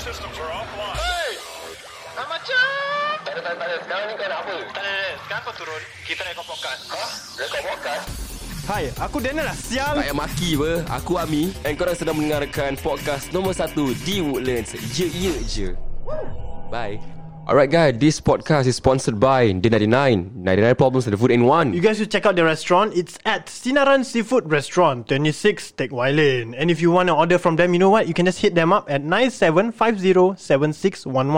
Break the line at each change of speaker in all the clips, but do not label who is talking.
systems are offline.
Hey! Ah, macam.
Tak ada, tak ada, tak ada. Sekarang ni kau nak apa?
Tak ada, tak ada. Sekarang kau turun. Kita rekod podcast.
Ha? Rekod podcast?
Hai, aku Daniel lah siang.
Tak payah maki apa Aku Ami And korang sedang mendengarkan Podcast nombor 1 Di Woodlands Ye ye je Bye Alright guys This podcast is sponsored by D99 99 problems of the food in one
You guys should check out the restaurant. It's at Sinaran Seafood Restaurant, 26 Teck Wai Lane. And if you want to order from them, you know what? You can just hit them up at 97507611.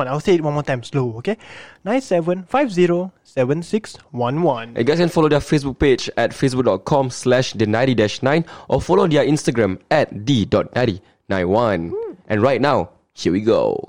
I'll say it one more time slow, okay? 97507611.
And guys can follow their Facebook page At facebook.com Slash D90-9 Or follow their Instagram At D.9091 And right now Here we go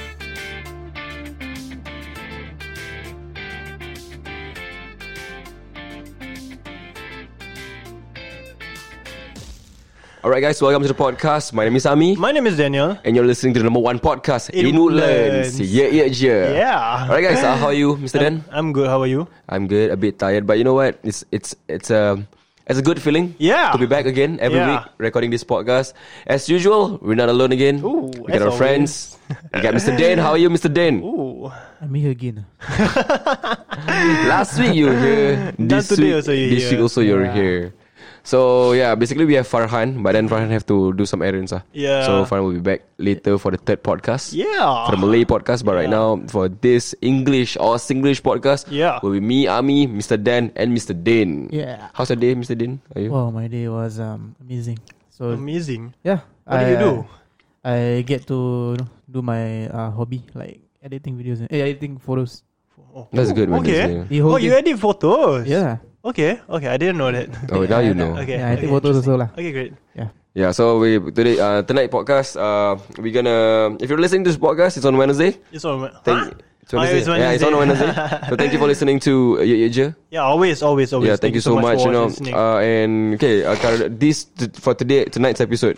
Alright guys, welcome to the podcast. My name is Ami.
My name is Daniel.
and you're listening to the number one podcast in,
In Woodlands.
Woodlands. Yeah, yeah, yeah.
Yeah. Um,
Alright, guys. Uh, how are you, Mr. Dan?
I'm good. How are you?
I'm good. A bit tired, but you know what? It's it's it's a it's a good feeling.
Yeah.
To be back again every
Yeah.
week recording this podcast. As usual, we're not alone again.
Ooh,
we got
as
our friends. we got Mr. Dan. How are you, Mr. Dan?
Ooh.
I'm here again.
Last week you were here. This
today
week,
also you're
this
here.
week also you're here. So yeah, basically we have Farhan, but then Farhan have to do some errands. Ah.
Yeah.
So Farhan will be back later for the third podcast.
Yeah.
For the Malay podcast, but right now for this English or Singlish podcast,
Yeah.
will be me, Ami, Mr. Dan, and Mr. Din.
Yeah.
How's your day, Mr. Din? Are you?
Wow, my day was um amazing. So
Amazing.
yeah,
What
uh,
do you do?
I get to you know, do my uh, hobby like editing videos and eh, editing photos.
That's good. man.
okay.
That's good.
The
Oh,
whole
you edit
thing-
photos?
Yeah,
Okay, okay. I didn't know that.
Oh, now you know.
Okay.
yeah, I
okay,
take photos also lah.
Okay, great.
Yeah. So we today uh, tonight podcast. Uh, we're gonna. If you're listening to this podcast, it's on Wednesday.
It's all right.
Thank.
Huh?
It's Wednesday.
Oh, it's
Yeah, it's on
Wednesday.
Wednesday. so thank you for listening to uh, Ye Ye Je.
Yeah, always, always, always.
yeah, thank, you so much.
for
you know,
listening.
uh, and okay, uh, Kar- this t- for today tonight's episode,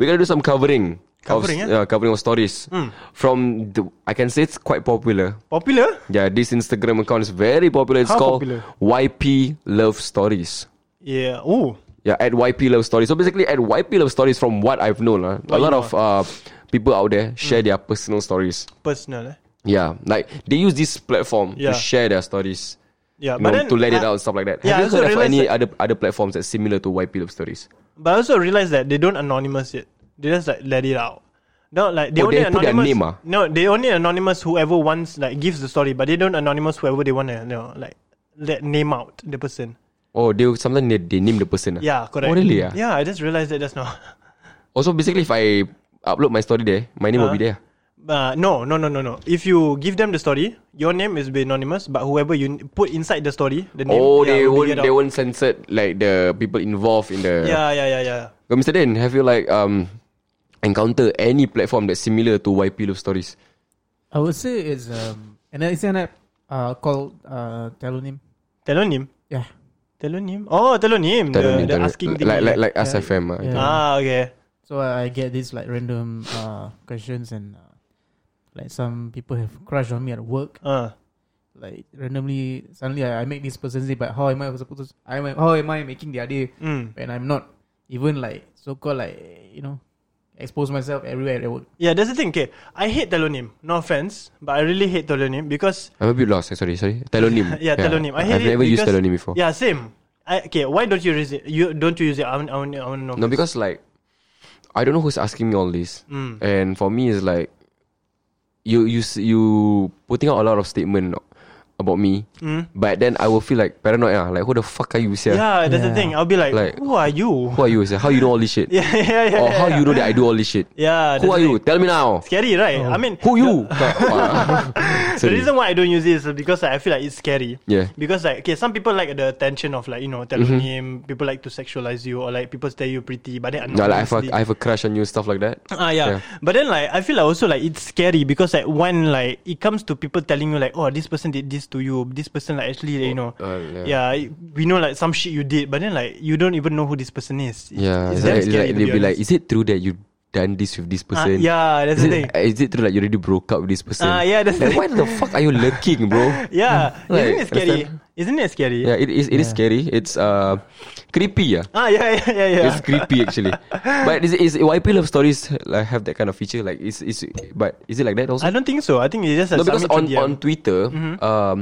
we're gonna do some covering,
Hmm. Covering, Hmm.
of,
eh?
uh, covering of stories from the. I can say it's quite popular.
Popular?
Yeah, this Instagram account is very popular. It's
How
called
popular?
YP Love Stories.
Yeah. Oh,
Yeah, at YP Love Stories. So basically, at YP Love Stories, from what I've known, uh,
Oh,
a lot of uh, people out there share
Hmm.
their personal stories.
personal. eh?
Yeah, like they use this platform
Yeah.
to share their stories.
Yeah,
you
but
know,
then
to let it
I-
out and stuff like that.
yeah, I
Have you
also
heard of
realised
any
that-
other other platforms that's similar to YP Love Stories?
But I also realized that they don't anonymous it. They just like let it out. No, like they
Oh,
only
they put their
anonymous.
name, ah?
No, they only anonymous whoever wants like gives the story, but they don't anonymous whoever they want to you know like let name out the person.
Oh, they sometimes they, they name the person. ah.
Yeah, correct.
Oh, really, ah?
Yeah, I just realized that just now.
Also, basically, if I upload my story there, my name will be there.
Uh, no, no, no, no, no. If you give them the story, your name is be anonymous, but whoever you n- put inside the story, the name.
oh,
yeah,
they
will be
won't
get
they
out.
won't censor like the people involved in the.
Yeah, yeah, yeah, yeah.
But Mr. Dan, have you like um encounter any platform that's similar to YP Love Stories?
I would say it's um and then it's an app uh called uh Telonym.
Telonym.
Yeah,
Telonym. Oh, telonym.
Tell me,
the, the
tell me.
asking thing.
like like like us
Yeah.
FM. ah.
Yeah.
Ah, okay.
so uh, I I get these like random uh questions and uh, like some people have crush on me at work.
Uh,
Like randomly, suddenly I, I make this person's day, but how am I supposed to? I am how am I making their day?
mm.
and I'm not even like so called like you know expose myself everywhere at work.
Yeah, that's the thing. Okay, I hate telonym. No offense, but I really hate telonym because
I'm a bit lost. eh, Sorry, sorry. Telonym.
yeah, telonym. I hate
I've
it
never used
because-
telonym before.
Yeah, same. I, okay, why don't you use it? You don't you use it? I want, I want, I want to know.
No, because like I don't know who's asking me all this,
Mm.
and for me it's like you you s- you putting out a lot of statement about me, but then I will feel like paranoid. ah, like who the fuck are you,
Mm.
sia?
yeah, that's the
Yeah.
thing. I'll be like,
Like-
who are you?
Who are you, sia? How you know all this shit?
yeah, yeah, yeah.
or
yeah,
how
yeah.
you know that I do all this shit?
Yeah.
Who
that's
are
the
you?
thing.
Tell me now.
Scary, right? I mean,
Who you?
The
Sorry.
reason why I don't use it is because like, I feel like it's scary.
Yeah.
Because like okay, some people like the attention of like you know telonym. People like to sexualize you or like people say you pretty, but then
Mm-hmm. No, like I have, a,
anonymously-
I have a crush on you, stuff like that.
Ah yeah.
Yeah.
but then like I feel like also like it's scary because like when like it comes to people telling you like oh this person did this to you this person like actually you know
uh,
yeah. we know like some shit you did but then like you don't even know who this person is It's-
Yeah,
it's
it's
damn
like,
scary
like
to
they'll be like,
honest.
is it true that you done this with this
Ah,
person?
yeah, that's
Is
the
it, uh,
thing.
is it true like you already broke up with this person?
Ah, yeah, that's the
like,
thing.
why the fuck are you lurking, bro?
Yeah,
Like,
isn't it scary? Isn't it scary?
Yeah, it is. It is scary. It's uh, creepy. Yeah,
Ah, yeah, yeah, yeah, yeah.
it's creepy actually. But is is YP love stories like have that kind of feature? Like is is but is it like that also?
I don't think so. I think it's just a
no, because
submit
on
to Mm-hmm. DM.
on Twitter, um,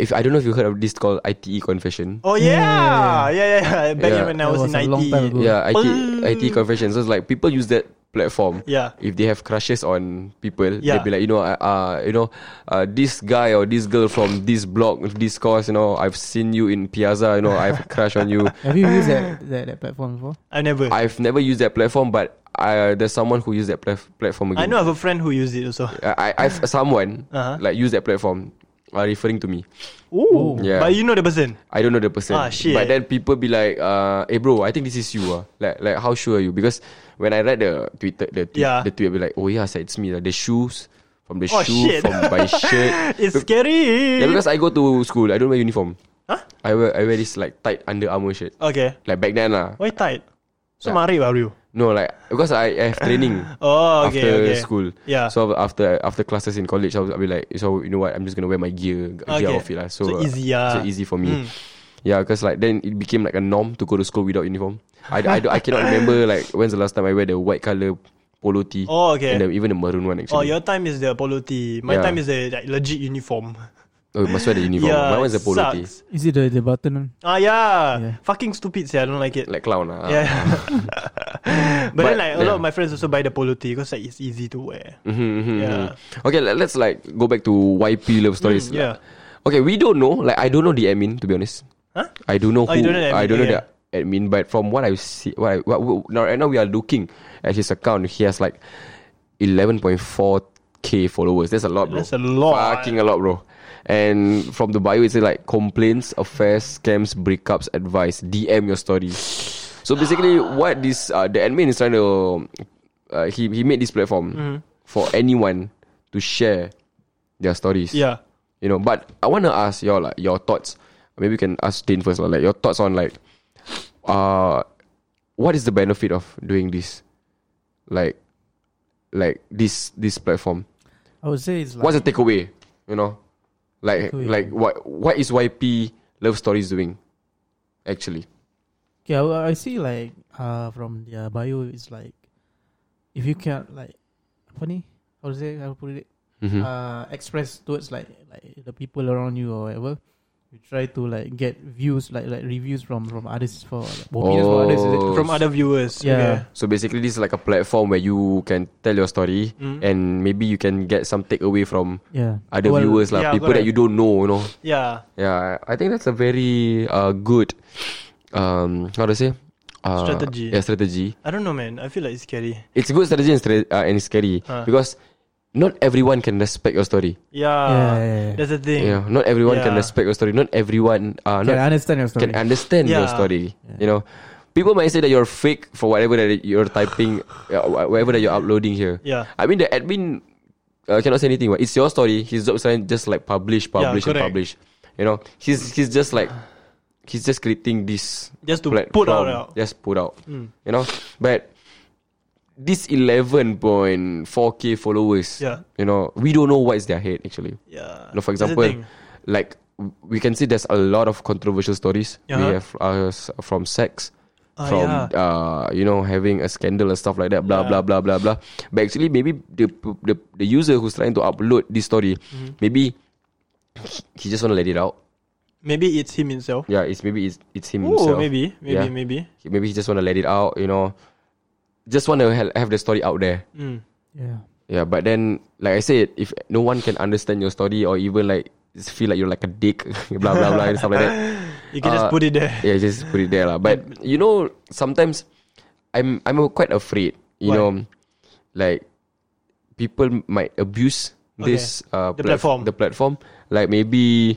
if I don't know if you heard of this called ITE confession.
Oh yeah, yeah, yeah. yeah. Back
Yeah.
when I
That
was,
was
in
a
IT.
long time ago.
Yeah, IT,
Oh.
IT confession. So it's like people use that platform.
Yeah.
If they have crushes on people,
Yeah.
they'd be like, you know, uh, uh, you know, uh, this guy or this girl from this block, this course, you know, I've seen you in Piazza, you know, I have a crush on you.
Have you used that, that, that platform before?
I never. I,
I've never used that platform, but I, there's someone who used that pla- platform again.
know I have a friend who used it also.
I, I- I've someone
Uh-huh.
like used that platform, uh, referring to me.
Ooh.
Yeah.
But you know the person.
I don't know the person.
Ah, shit.
But then people be like, uh, hey bro, I think this is you. Uh. Like, like how sure are you? Because when I read the Twitter, the tweet,
Yeah.
the tweet, I be like, oh yeah, sir, it's me. Like, the shoes from the
Oh,
shoe
shit.
from my shirt.
It's
Be-
scary.
yeah, because I go to school, I don't wear uniform. Huh? I wear I wear this like tight Under Armour shirt.
okay.
Like back then lah.
Why tight? So
Yeah.
mari are you?
No, like because I, I have training
Oh, okay,
after
okay.
school.
Yeah.
So after after classes in college, I'll, I'll be like, so you know what? I'm just gonna wear my gear, gear
Okay.
outfit lah. So,
So
uh,
easy, ah.
So easy for me. Yeah, because like then it became like a norm to go to school without uniform. I, I, don't- I cannot remember like when's the last time I wear the white color polo tee.
Oh, okay.
And the, even the maroon one
Oh,
actually.
your time is the polo tee. My
Yeah.
time is the like, legit uniform.
Oh, you must wear the uniform.
yeah,
My one's the
it
polo tee.
sucks.
Is it the, the button one?
Ah, yeah.
Yeah.
Fucking stupid, yeah. I don't like it.
Like clown ah.
yeah. but, then,
But,
like, a lot of
yeah. Mm-hmm.
my friends also buy the polo tee because like, it's easy to wear. Yeah.
yeah. Okay, let, us like go back to YP love stories.
Mm, yeah.
Okay, we don't know. Like I don't know the admin to be honest.
Huh?
I don't know
Oh,
who.
you don't know the
I
admin,
don't know
yeah,
the admin, but from what I see, what, I, what, what now right now we are looking at his account. He has like eleven point four k followers. That's a lot, bro.
That's a lot.
Fucking a lot, bro. And from the bio, it's like complaints, affairs, scams, breakups, advice. DM your story. So basically, what this uh, the admin is trying to uh, he he made this platform
Mm-hmm.
for anyone to share their stories.
Yeah.
You know, but I want to ask your like your thoughts. Maybe we can ask Dean first, lah, like your thoughts on like, uh, what is the benefit of doing this, like, like this this platform?
I would say it's like
What's the takeaway? You know, like
Takeaway.
like what what is YP Love Stories doing? Actually,
Okay, I, I see like uh from their bio it's like if you can like apa ni? How to say how to put it?
Mhm.
Uh express towards like like the people around you or whatever. You try to like get views like like reviews from from others for like, opinions from others. Is it?
Oh,
From other viewers.
Yeah.
So basically, this is like a platform where you can tell your story
Mm.
and maybe you can get some takeaway from
Yeah.
other
Well,
viewers,
yeah,
like people that
correct.
you don't know, you know.
Okay. Yeah.
Yeah, I think that's a very uh, good, um, how to say, uh,
Strategy.
Yeah, strategy.
I don't know, man. I feel like it's scary.
It's a good strategy and, stra- uh, and it's scary
Huh.
because not everyone can respect your story.
Yeah.
Yeah, yeah, yeah.
That's the thing.
You know, not everyone can
Yeah.
respect your story. Not everyone uh,
Can I
not,
understand your story?
can understand your
Yeah.
story. You know, people might say that you're fake for whatever that you're typing, uh, wh- whatever that you're uploading here.
Yeah.
I mean, the admin uh, cannot say anything. What? It's your story. His job is to just like publish,
Yeah,
publish, and
correct.
publish. You know, he's he's just like he's just creating this
Just to put out Hmm.
platform.
out.
Just put out. You know, but this 11.4k followers.
Yeah.
You know, we don't know what is their head actually.
Yeah.
You know, for
That's the
example,
thing.
like w- we can see there's a lot of controversial stories we
Uh-huh.
have uh, s- from sex,
Ah,
from
yeah.
uh, you know having a scandal and stuff like that, blah
Yeah.
blah blah blah blah. But actually, maybe the p- the, the user who's trying to upload this story,
Mm-hmm.
maybe he just want to let it out.
Maybe it's him himself.
Yeah, it's maybe it's it's him
Oh,
himself.
maybe. Maybe,
Yeah.
maybe.
He- maybe he just want to let it out. You know, just want to ha- have the story out there.
Mm.
yeah.
Yeah, but then like I said, if no one can understand your story or even like just feel like you're like a dick, blah blah blah and stuff like that.
You can just
Uh,
put it there.
Yeah, just put it there lah. But you know, sometimes I'm I'm quite afraid. You
Why?
know, like people might abuse
Okay.
this uh,
The
plat-
platform.
The platform, like maybe.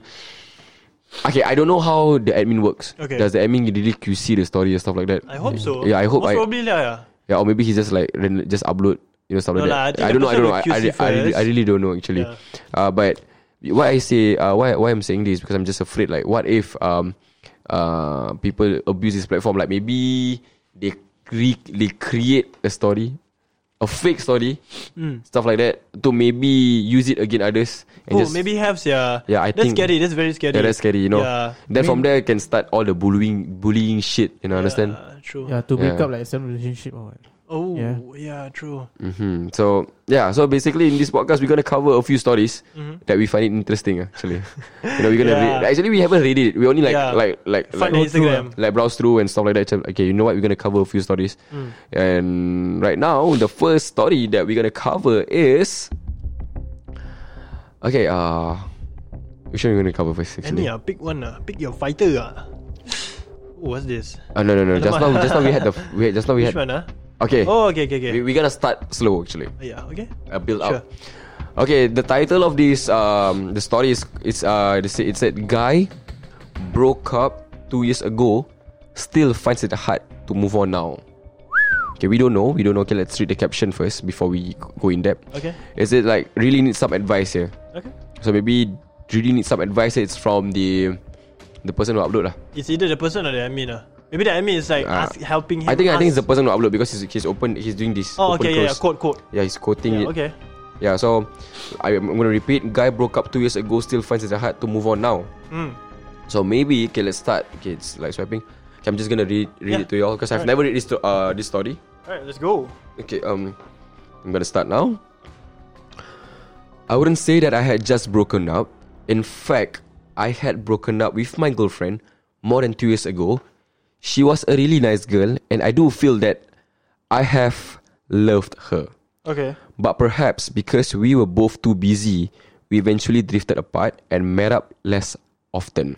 Okay, I don't know how the admin works.
Okay.
Does the admin really QC the story and stuff like that?
I hope so.
Yeah, I hope
Most
I.
probably, lah, yeah.
Yeah, or maybe he just like ren- just upload you know stuff
No
like
lah, I
that.
think
I
the
don't know. I don't know. I,
person
I,
will
re- I, really, I
QC
really don't know actually.
Yeah.
Uh, but why I say uh, why why I'm saying this because I'm just afraid. Like, what if um uh people abuse this platform? Like maybe they re- they create a story, a fake story, stuff like that to maybe use it against others. And
Hmm. Oh,
just,
maybe have yeah.
Yeah, I
that's
think-
scary. That's very scary.
yeah, that's scary, you know.
Yeah.
Then from there can start all the bullying, bullying shit. You know, understand?
Uh, true.
Yeah, to break
Yeah.
up like some relationship or what.
Oh, yeah.
Yeah.
True.
hmm So yeah, so basically in this podcast we're gonna cover a few stories that we find it interesting actually. you know, we're gonna
Mm-hmm. Yeah.
read, actually we haven't read it. We only like
Yeah.
like like
Find
like,
Instagram.
like browse through and stuff like that. Macam, Okay, you know what? We're gonna cover a few stories,
Mm.
and right now the first story that we're gonna cover is okay. Uh, which one we gonna cover first?
Any
Actually,
ah, pick one ah, pick your fighter ah. Oh, what's this?
uh, no, no, no. Just now, just now we had the we had, just now we
Which
had.
one ah?
Okay,
Oh, okay, okay, okay.
we, we're gonna start slow actually.
yeah, okay.
uh, build
Sure.
up. Okay, the title of this um the story is it's uh they say- it said guy broke up two years ago, still finds it hard to move on now. Okay, we don't know. We don't know. Okay, let's read the caption first before we go in depth.
Okay.
Is it like really need some advice here?
Okay.
So maybe really need some advice. It's from the the person who upload lah.
It's either the person or the admin ah. Maybe the admin is like
Ah.
ask, helping him.
I think I think it's the
ask-
person who upload because he's, he's open. He's doing this.
Oh,
open
okay, yeah, yeah,
close.
quote, quote.
Yeah, he's quoting it.
Yeah, okay.
Yeah, so I- I'm gonna repeat. Guy broke up two years ago, still finds it hard to move on now.
Mm.
So maybe okay, let's start. Okay, it's like swiping. Okay, I'm just gonna read
Yeah.
read it to y'all because I've
Alright.
never read this to, uh this story.
Alright, let's go.
Okay, um, I'm gonna start now. I wouldn't say that I had just broken up. In fact, I had broken up with my girlfriend more than two years ago. She was a really nice girl, and I do feel that I have loved her.
Okay.
But perhaps because we were both too busy, we eventually drifted apart and met up less often.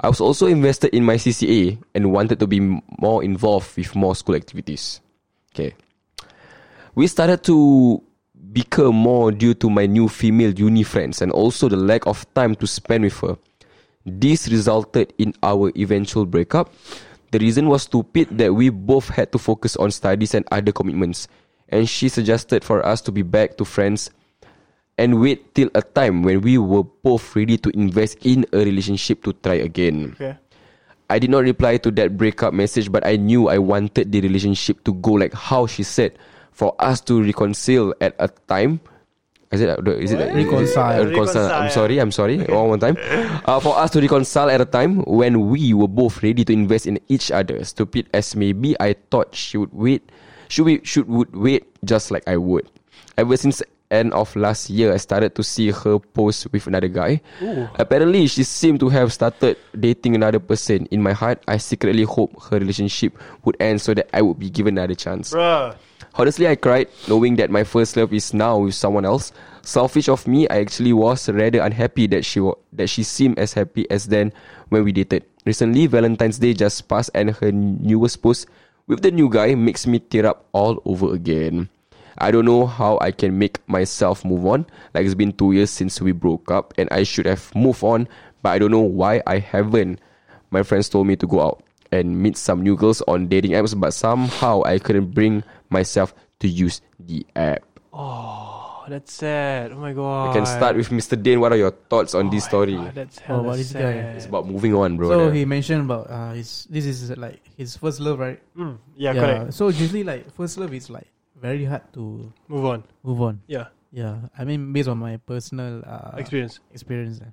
I was also invested in my CCA and wanted to be m- more involved with more school activities. Okay. We started to bicker more due to my new female uni friends and also the lack of time to spend with her. This resulted in our eventual breakup. The reason was stupid that we both had to focus on studies and other commitments. And she suggested for us to be back to friends and wait till a time when we were both ready to invest in a relationship to try again.
Okay.
I did not reply to that breakup message, but I knew I wanted the relationship to go like how she said, for us to reconcile at a time. Is it? Is it reconcile.
Reconcile.
I'm
Reconcile.
sorry. I'm sorry. One more time. Uh, for us to reconcile at a time when we were both ready to invest in each other. Stupid as maybe, I thought she would wait. Should we? Should would wait just like I would. Ever since end of last year, I started to see her post with another guy. Apparently, she seemed to have started dating another person. In my heart, I secretly hope her relationship would end so that I would be given another chance.
Bruh.
Honestly, I cried knowing that my first love is now with someone else. Selfish of me, I actually was rather unhappy that she wa- that she seemed as happy as then when we dated. Recently, Valentine's Day just passed, and her newest post with the new guy makes me tear up all over again. I don't know how I can make myself move on. Like it's been two years since we broke up, and I should have moved on, but I don't know why I haven't. My friends told me to go out and meet some new girls on dating apps, but somehow I couldn't bring myself to use the app.
Oh, that's sad. Oh my god.
I can start with Mr. Dane. What are your thoughts on this story?
Ah, that's
Oh,
hella
what is guy?
sad.
It's about moving on, bro.
So
Yeah.
he mentioned about uh, his this is like his first love, right?
Mm, yeah, correct.
So usually like first love is like very hard to
Move on.
move on.
Yeah,
Yeah, I mean based on my personal uh,
experience.
experience. eh.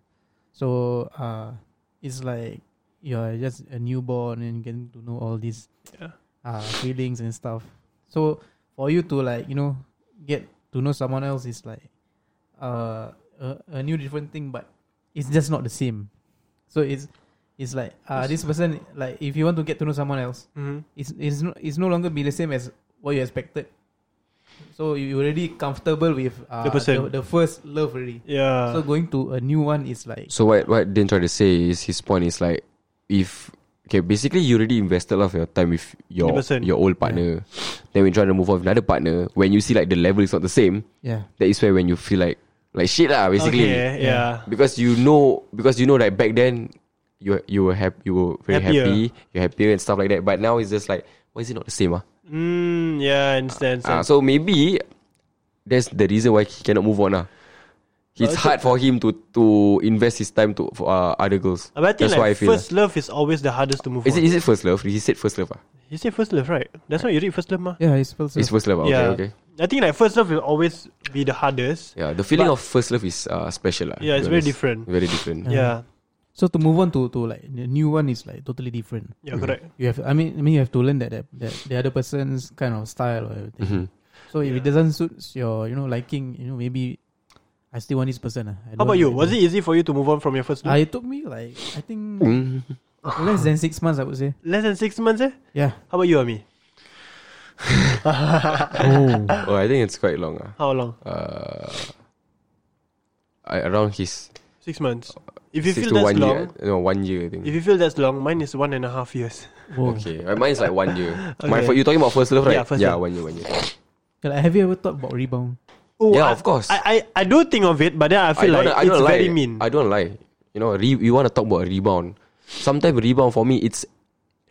So uh, it's like you're just a newborn and getting to know all these
Yeah.
uh, feelings and stuff. So for you to like you know get to know someone else is like uh, a, a new different thing, but it's just not the same. So it's it's like uh, this person like if you want to get to know someone else,
Mm-hmm.
it's it's no, it's no longer be the same as what you expected. So you already comfortable with uh,
The person.
the first love already.
Yeah.
So going to a new one is like
So what what Dane tried to say is his point is like if okay basically you already invested a lot of your time with your
100%.
your old partner, then when you try to move on with another partner, when you see like the level is not the same,
yeah.
that is where when you feel like like shit lah basically
okay, yeah.
because you know because you know like back then you you were happy you were very
Happier.
happy you're happier and stuff like that but now it's just like why is it not the same ah
Mm, yeah, I understand.
Ah,
So,
so maybe that's the reason why he cannot move on ah It's hard for him to to invest his time to for uh, other girls.
But I think
That's
like
why I feel. ah.
first love is always the hardest to move
Is
on.
it is it first love? He said first love. Ah,
You say first love, right? That's why you read first love, mah.
Yeah, it's supposed to.
It's first love. ah, Okay,
Yeah.
okay.
I think like first love will always be the hardest.
Yeah, the feeling
But-
of first love is uh, special. ah,
Yeah, it's
to be
very
honest.
different.
Very different.
Yeah.
Yeah,
So to move on to, to like the new one is like totally different.
yeah, correct.
You have I mean I mean you have to learn that that, that the other person's kind of style or everything.
Mhm.
So if it doesn't suit your you know liking, you know maybe I still want this person. ah. I
How
don't
about you?
like
Was
the-
it easy for you to move on from your first
Ah,
love?
it took me like I think
Mm.
less than six months. I would say.
Less than six months, eh?
Yeah.
How about you, Ami?
Oh.
Oh, I think it's quite long. ah.
How long?
Uh, I, around his
Six months. If you
six
feel
to
that's
one
long,
year. No, one year I think.
if you feel that's long, mine is one and a half years.
Oh.
Okay, uh, mine is like one year. My,
Okay.
fir- you talking about first love, right?
Yeah, first
yeah
love.
one year, one year.
Like, have you ever thought about rebound?
Oh,
Yeah,
I-
of course.
I, I, I do think of it, but then I feel
don't-
like
don't
it's
lie.
very mean.
I don't lie. You know, re- you want to talk about rebound. Sometimes rebound for me, it's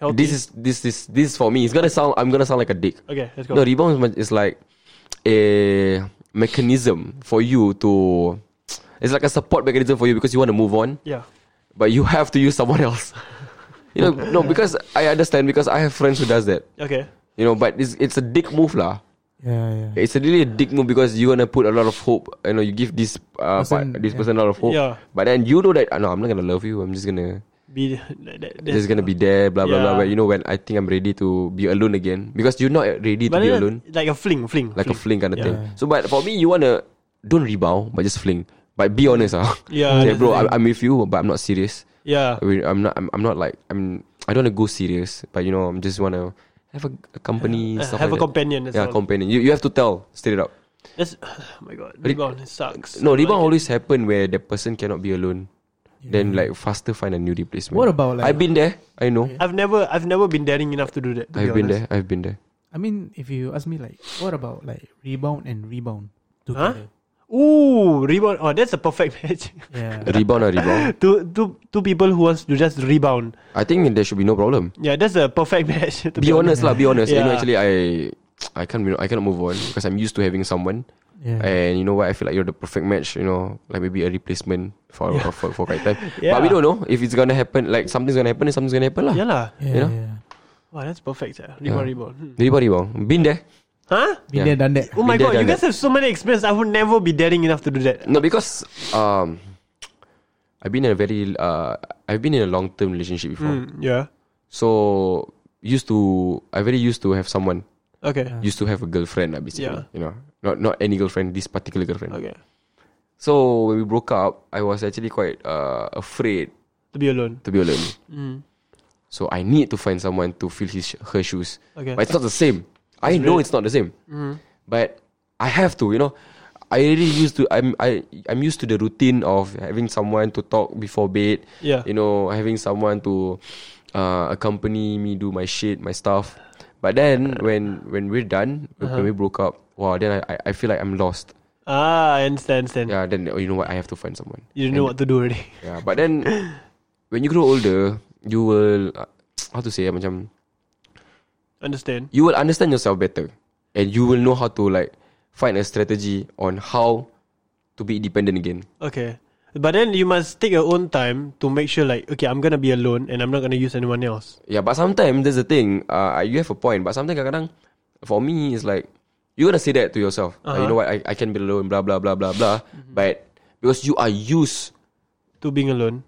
Healthy.
this is this is this is for me. It's gonna sound. I'm gonna sound like a dick.
okay. Let's go.
No, rebound is much- is like a mechanism for you to. It's like a support mechanism for you because you want to move on,
yeah.
but you have to use someone else. You know, no, because I understand because I have friends who does that.
Okay.
You know, but it's it's a dick move lah.
Yeah, yeah.
It's a really a dick move because you're gonna put a lot of hope. You know, you give this uh,
Person,
part- this
yeah.
person a lot of hope.
Yeah.
But then you know that uh, no, I'm not gonna love you. I'm just gonna
Be that, that, that's-
just gonna be there. Blah blah
Yeah.
blah. But you know when I think I'm ready to be alone again because you're not ready to
but
be
then,
alone,
Like a fling, fling.
like a fling kind of thing.
Yeah.
So, but for me, you wanna don't rebound, but just fling. But be honest, ah.
Yeah,
Say,
that's the
bro, I'm,
thing.
I'm with you, but I'm not serious.
Yeah.
I mean, I'm not. I'm, I'm not like. I'm. I don't wanna go serious, but you know, I'm just wanna have a, a company.
Uh,
stuff
have
like
a
that.
companion. That's
Yeah,
all.
companion. You you have to tell straight up.
That's, oh my god. Rebound. It sucks.
No, rebound
Like,
always happen where the person cannot be alone. Then like faster find a new replacement.
What about, like-
I've been there. I know.
I've never, I've never been daring enough to do that. To
I've
be
been
honest.
there. I've been there.
I mean, if you ask me, like, what about like rebound and rebound together?
Ooh, rebound. Oh, that's a perfect match.
Yeah.
Rebound or rebound.
two, two, two people who wants to just rebound.
I think there should be no problem.
Yeah, that's a perfect match. to
Be honest lah. Be honest. You
Yeah.
know, actually, I I can't. You know, I cannot move on because I'm used to having someone.
Yeah.
And you know what? I feel like you're the perfect match. You know, like maybe a replacement for for, for quite time.
Yeah.
But we don't know if it's gonna happen. Like something's gonna happen. and Something's gonna happen lah.
Yeah lah.
Yeah,
You know?
yeah.
Wow, that's perfect. Yeah. Rebound,
Yeah.
rebound. Hmm.
Rebound, rebound. Been there.
Huh?
Been
Yeah.
there, done that.
Oh my
Been
god,
there,
you
done
guys have so many experience. I would never be daring enough to do that.
No, because um, I've been in a very uh, I've been in a long term relationship before.
Hmm, yeah.
So used to I very used to have someone
Okay.
used to have a girlfriend lah, basically.
Yeah.
You know, not not any girlfriend, this particular girlfriend.
Okay.
So when we broke up, I was actually quite uh, afraid
To be alone.
to be alone.
Mm.
So I need to find someone to fill his her shoes.
Okay. Mm-hmm.
But it's not the same. I know
very-
it's not the same. But I have to, you know. I really used to I'm I I'm used to the routine of having someone to talk before bed.
Yeah.
You know, having someone to uh, accompany me, do my shit, my stuff. But then when when we're done, when we broke up, wow, then I, I I feel like I'm lost.
Ah, I understand, understand.
Yeah, then oh, you know what, I have to find someone.
You don't know what to do already.
Yeah, but then when you grow older, you will uh, how to say eh, macam
understand.
you will understand yourself better and you will know how to like find a strategy on how to be independent again.
Okay. But then you must take your own time to make sure like, okay, I'm gonna be alone and I'm not gonna use anyone else.
Yeah, but sometimes there's a thing. Uh, you have a point, but sometimes kadang for me it's like you're gonna say that to yourself. Uh, you know
Uh-huh.
what? I, I can be alone. Blah blah blah blah blah.
Mm-hmm.
But because you are used
To being alone.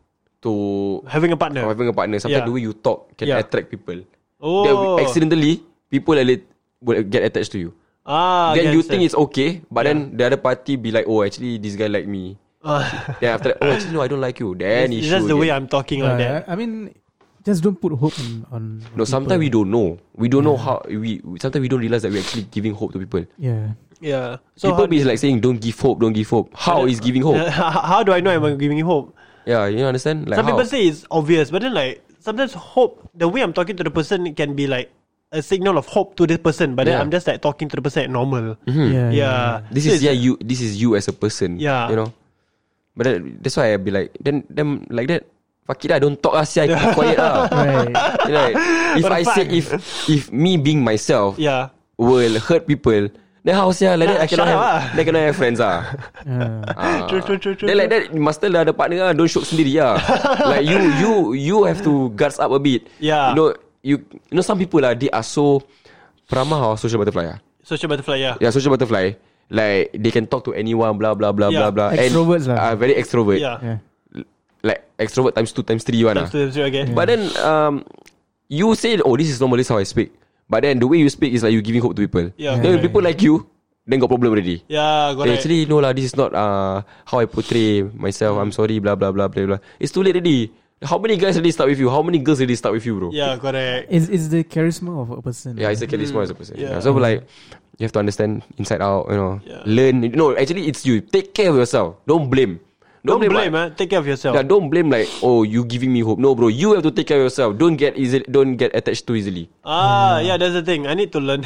to
Having a partner.
Oh, having a partner, sometimes
Yeah.
the way you talk can
Yeah.
attract people. Then
oh
accidentally, people will let- will get attached to you.
Ah okay,
then you
understand.
think it's okay, but then the other party be like, oh, actually this guy like me.
Ah,
Then after that, oh, actually no, I don't like you. Then
it's
issue.
just the way I'm
again.
talking like that.
Uh, I mean, just don't put hope on. on
No, sometimes we don't know. We don't know how we. Sometimes we don't realize that we're actually giving hope to people.
Yeah.
Yeah. So
people
how,
be like saying, "Don't give hope, don't give hope." How is giving hope?
how do I know I'm giving you hope?
Yeah, you understand? Like
Some
how?
people say it's obvious, but then like sometimes hope the way I'm talking to the person it can be like a signal of hope to this person, but then
Yeah. Mm-hmm.
I'm just like talking to the person like normal.
yeah.
Yeah.
this
So
is yeah
it's-
you. This is you as a person.
Yeah.
you know. But that, that's why I be like, then them like that. Fuck it, I don't talk. I say I quiet. ah.
Right.
Right. If
What the
I say
fuck?
if if me being myself
Yeah.
will hurt people, then Then how sia like that I
Nah,
cannot
shut
have
up ah.
Then cannot have friends ah.
Uh,
Ah.
True, true, true, true,
Then like that Master dah ada partner ah Don't shoot sendiri ah Like you You you have to Guards up a bit
Yeah.
You know You you know some people lah They are so Peramah or social butterfly ah
Social butterfly, yeah.
Yeah social butterfly Like they can talk to anyone Blah blah blah
Yeah.
blah blah
Extroverts
and, ah,
lah.
Very extrovert
Yeah.
yeah.
Like extrovert times two times three one
Ya.
ah
Times two, times three again.
But then um, you say, oh, this is normal, this is how I speak. But then the way you speak is like you giving hope to people.
Yeah,
Then
Ya, correct.
when people like you, then got problem already.
Yeah, correct.
Then Eh, Actually, no lah, this is not uh, how I portray myself. I'm sorry, blah, blah, blah, blah, blah. It's too late already. How many guys already start with you? How many girls already start with you, bro?
Yeah, correct.
Is is the charisma of a person?
Yeah, it's
like,
a charisma as a person.
Yeah.
Yeah. So like, you have to understand inside out. You know,
Yeah.
learn. No, actually, it's you. Take care of yourself. Don't blame.
Don't
what-
blame, eh? man. Take care of yourself.
Yeah, don't blame like oh you giving me hope. No, bro, you have to take care of yourself. Don't get easy. Don't get attached too easily.
Ah, yeah, that's the thing. I need to learn.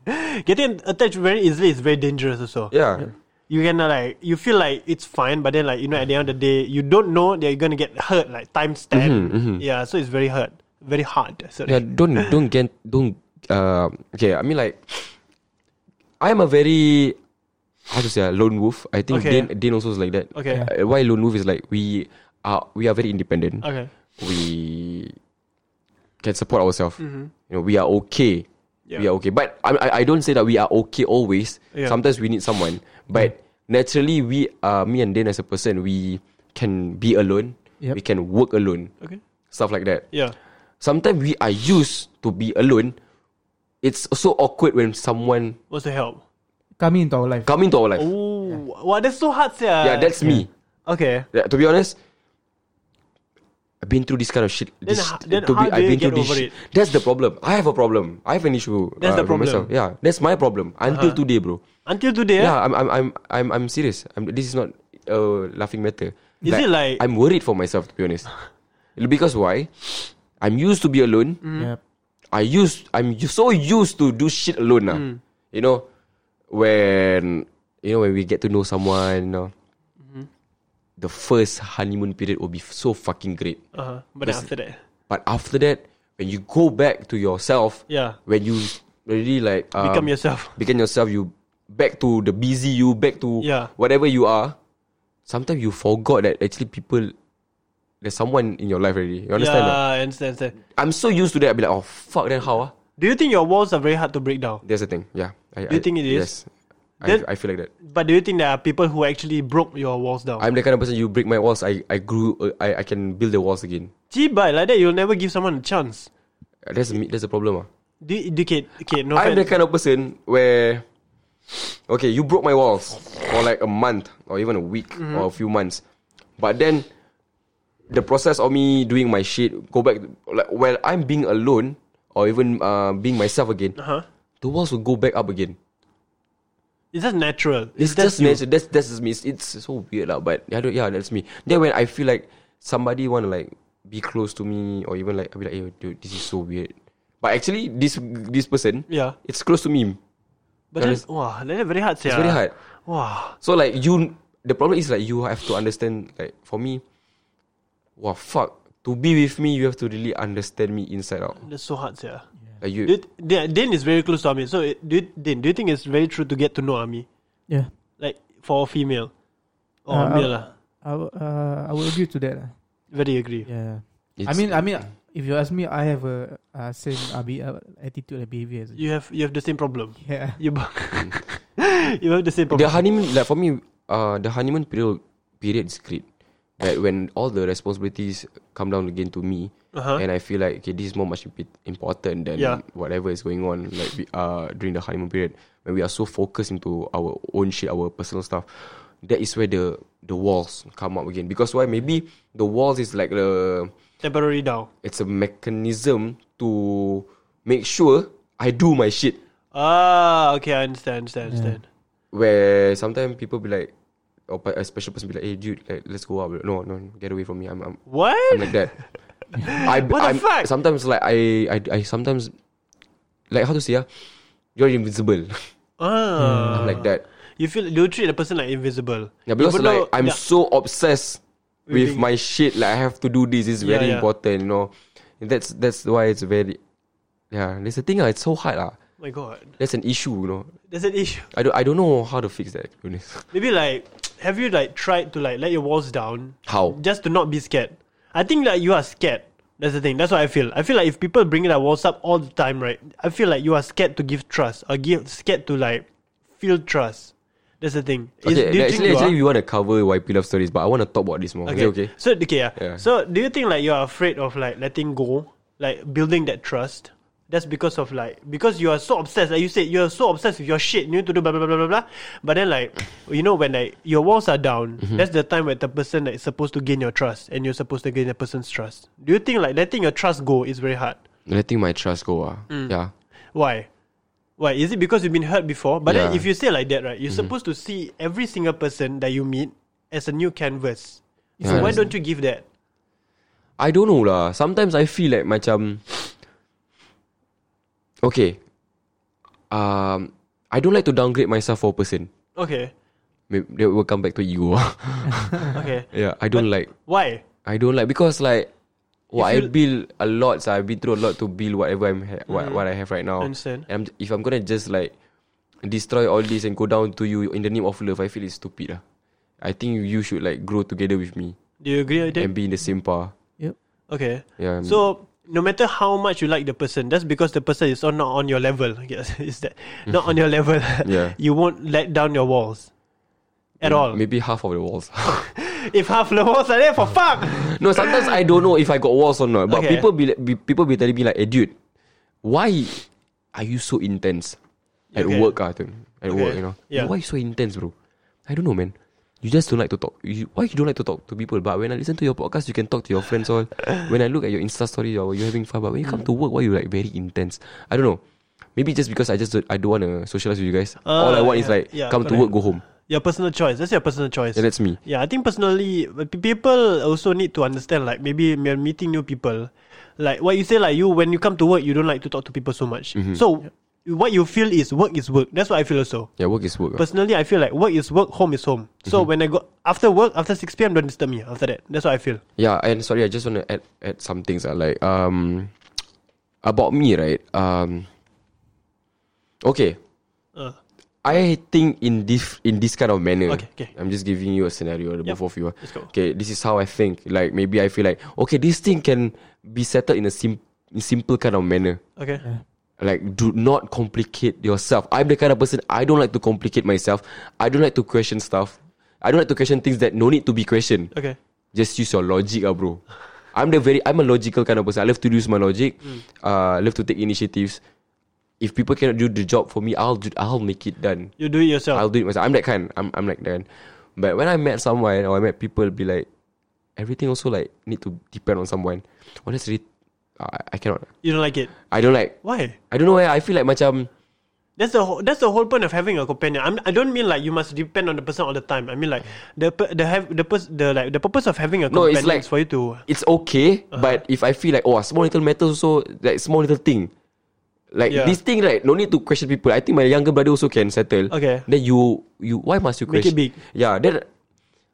Getting attached very easily is very dangerous also.
Yeah,
You can uh, like you feel like it's fine, but then like you know at the end of the day you don't know that you're gonna get hurt like times 10 Yeah, so it's very hurt, very hard. Sorry.
Mm-hmm, yeah. Don't don't get don't. Uh, okay, I mean like I am a very how to say ah, lone wolf. I think
Okay.
Dane, Dane also is like that.
Okay.
Uh, why lone wolf is like we are we are very independent.
Okay.
we can support ourselves.
Mm-hmm.
You know, we are okay. We are okay. But I, I I don't say that we are okay always.
Yeah.
Sometimes we need someone. But naturally, we are me and Dan as a person. We can be alone.
Yep.
We can work alone.
Okay.
Stuff like that.
Yeah.
Sometimes we are used to be alone. It's so awkward when someone
What's the help?
coming into our life.
come into our life.
Oh, wow, that's so hard, yeah.
Yeah, that's me.
okay.
Yeah, to be honest, I've been through this kind of shit. This,
h- then
to
how do you get over
shit. That's the problem. I have a problem. I have an issue. uh,
That's the
with
problem.
myself. Yeah, that's my problem until today, bro.
Until today,
Yeah,
yeah.
I'm, I'm, I'm, I'm, I'm serious. I'm, this is not a laughing matter.
Is it like-
I'm worried for myself to be honest, because why? I'm used to be alone.
Mm. Mm-hmm.
Yep.
I used I'm u- so used to do shit alone now.
Mm.
You know, when you know when we get to know someone, you know,
Mm-hmm.
the first honeymoon period will be f- so fucking great.
Uh-huh. But then after that,
But after that, when you go back to yourself,
Yeah.
when you really like um,
become yourself.
become yourself, you back to the busy you, back to
Yeah.
whatever you are. Sometimes you forgot that actually people, there's someone in your life already. You understand?
yeah,
or
I
not?
understand, understand.
I'm so used to that. I'll be like, oh fuck, then how ah?
Do you think your walls are very hard to break down?
That's the thing. Yeah. I,
Do you
I-
think it is?
Yes.
Then-
I, I feel like that.
But do you think there are people who actually broke your walls down?
I'm the kind of person you break my walls. I I grew. Uh, I I can build the walls again.
Gee, but like that, you'll never give someone a chance.
Uh, That's a, that's a problem. Ah.
Do you, do you- okay, okay, no
I'm the
offense.
kind of person where, okay, you broke my walls for like a month or even a week
Mm-hmm.
or a few months, but then the process of me doing my shit go back like while I'm being alone or even uh, being myself again,
Uh-huh.
the walls will go back up again.
It's just natural.
It's
That's
just
you.
nature. That's that's just me. It's, it's so weird lah. But I don't, yeah, that's me. Then when I feel like somebody want to like be close to me or even like I be like, hey, dude, this is so weird. But actually, this this person,
Yeah.
it's close to me.
But then,
Honest-
wow, like that very hard,
It's very hard.
Wow.
So like you, the problem is like you have to understand. Like for me, wow, fuck. To be with me, you have to really understand me inside out.
That's so hard, yeah.
Like you,
Do you, Dan Dan is very close to Ami. So, it, do you, Din, do you think it's very true to get to know Ami?
Yeah.
Like, for a female? Or
Uh,
a male? lah.
I will- uh, I will agree to that. lah.
Very agree.
Yeah. I
it's-
mean, I mean, if you ask me, I have a uh, same uh, be- uh, attitude and behavior. As ah.
You have you have the same problem.
yeah.
You, bu- you have the same
the
problem.
honeymoon like for me uh the honeymoon period period is great like when all the responsibilities come down again to me
Uh-huh.
and i feel like okay this is more much imp- important than
Yeah.
whatever is going on like we uh during the honeymoon period when we are so focused into our own shit our personal stuff that is where the the walls come up again because why maybe the walls is like the
Temporary down.
it's a mechanism to make sure i do my shit
Ah, okay, I understand, understand, understand.
where sometimes people be like, or pe- a special person be like, "Hey, dude, like, let's go out." No, no, no, get away from me. I'm, I'm,
What?
I'm like that. I,
What the
I'm,
fuck?
Sometimes like I, I, I sometimes like how to say ah, you're invisible
ah.
like that.
You feel do you treat the person like invisible?
Yeah, because
Even
like
though-
I'm
yeah,
so obsessed with
being-
my shit. Like I have to do this. It's very
Yeah, yeah.
important, you know. That's that's why it's very, yeah. That's the thing. ah, It's so hard. ah.
my god,
That's an issue, you know.
there's an issue.
I don't, I don't know how to fix that. to be honest.
Maybe like, have you like tried to like let your walls down
How?
just to not be scared? I think that you are scared. That's the thing. That's what I feel. I feel like if people bring their walls up all the time, right? I feel like you are scared to give trust or give scared to like feel trust. That's the thing. Is-
Okay,
do you think
actually,
you
actually,
are?
we want to cover YP love stories, but I want to talk about this more. Is it okay?
So okay, yeah.
Yeah.
So do you think like you are afraid of like letting go, like building that trust? That's because of like because you are so obsessed, like you said, you are so obsessed with your shit. You need to do blah blah blah blah blah. blah. But then like you know when like your walls are down,
Mm-hmm.
that's the time where the person like, is supposed to gain your trust, and you're supposed to gain the person's trust. Do you think like letting your trust go is very hard?
Letting my trust go. ah.
Mm.
Yeah.
Why? Why? Is it because you've been hurt before? But then
Yeah. Mm-hmm.
if you say like that, right, you're supposed to see every single person that you meet as a new canvas. so
Yeah, I
why don't you give that?
I don't know lah. Sometimes I feel like macam Okay. Um I don't like to downgrade myself for a person.
Okay.
Maybe they will come back to ego.
Okay.
yeah, I don't like
Why?
I don't like because like what I
If you-
build a lot, so I've been through a lot to build whatever I'm ha- what, what I have right now.
Mm. Understand.
And I'm, if I'm gonna just like destroy all this and go down to you in the name of love, I feel it's stupid lah. I think you should like grow together with me
Do you agree with that?
and be in the same par.
okay.
Yeah. I'm-
So no matter how much you like the person, that's because the person is on, not on your level. I guess is that not on your level.
Yeah.
you won't let down your walls. At all.
maybe half of the walls.
If half the walls are there for fuck.
No, sometimes I don't know if I got walls or not. But
Okay.
people be, be people be telling me like, "Hey, dude, why are you so intense at
Okay.
work, ah, tu? At work, you know?
Yeah.
Why you so intense, bro? I don't know, man. You just don't like to talk. You, why you don't like to talk to people? But when I listen to your podcast, you can talk to your friends all. when I look at your Insta story, you're, you're having fun. But when you come to work, why you like very intense? I don't know. Maybe just because I just don't, I don't want to socialize with you guys. all
Ah,
I want is
yeah.
like
Yeah,
come to
correct.
work, go home.
Your personal choice. That's your personal choice.
Yeah, that's me.
Yeah, I think personally, uh, pe- people also need to understand. Like maybe you're meeting new people, like what you say, like you when you come to work, you don't like to talk to people so much.
Mm-hmm.
So what you feel is work is work. That's what I feel also.
Yeah, work is work. ah.
Personally, I feel like work is work, home is home. So
Mm-hmm.
when I go after work, after six pm, don't disturb me. After that, that's what I feel.
Yeah, and sorry, I just want to add add some things. Uh, like um, about me, right? Um, okay,
Uh,
I think in this in this kind of manner.
Okay, okay.
I'm just giving you a scenario, the
Yep,
both of you. ah.
let's go.
Okay, this is how I think. Like maybe I feel like okay, this thing can be settled in a sim- in simple kind of manner.
okay.
Like, do not complicate yourself. I'm the kind of person I don't like to complicate myself. I don't like to question stuff. I don't like to question things that no need to be questioned
Okay.
just use your logic, ah, bro. I'm the very I'm a logical kind of person. I love to use my logic.
Hmm.
Uh, I love to take initiatives. If people cannot do the job for me, I'll do. I'll make it done.
You do it yourself.
I'll do it myself. I'm that kind. I'm I'm like that. But when I met someone or I met people, be like, everything also like need to depend on someone. Oh, that's really, I, I cannot.
you don't like it.
I don't like.
Why?
I don't know why I feel like macam.
That's the whole, that's the whole point of having a companion. I'm, I don't mean like you must depend on the person all the time. I mean like the pe- the have the pers- the like the purpose of having a
No,
companion
it's like-
is for you to
it's okay,
Uh-huh.
but if I feel like oh small little matters also like small little thing. Like
Yeah.
this thing, right? No need to question people. I think my younger brother also can settle.
Okay.
Then you you why must you
Make it
question?
big.
Yeah. Then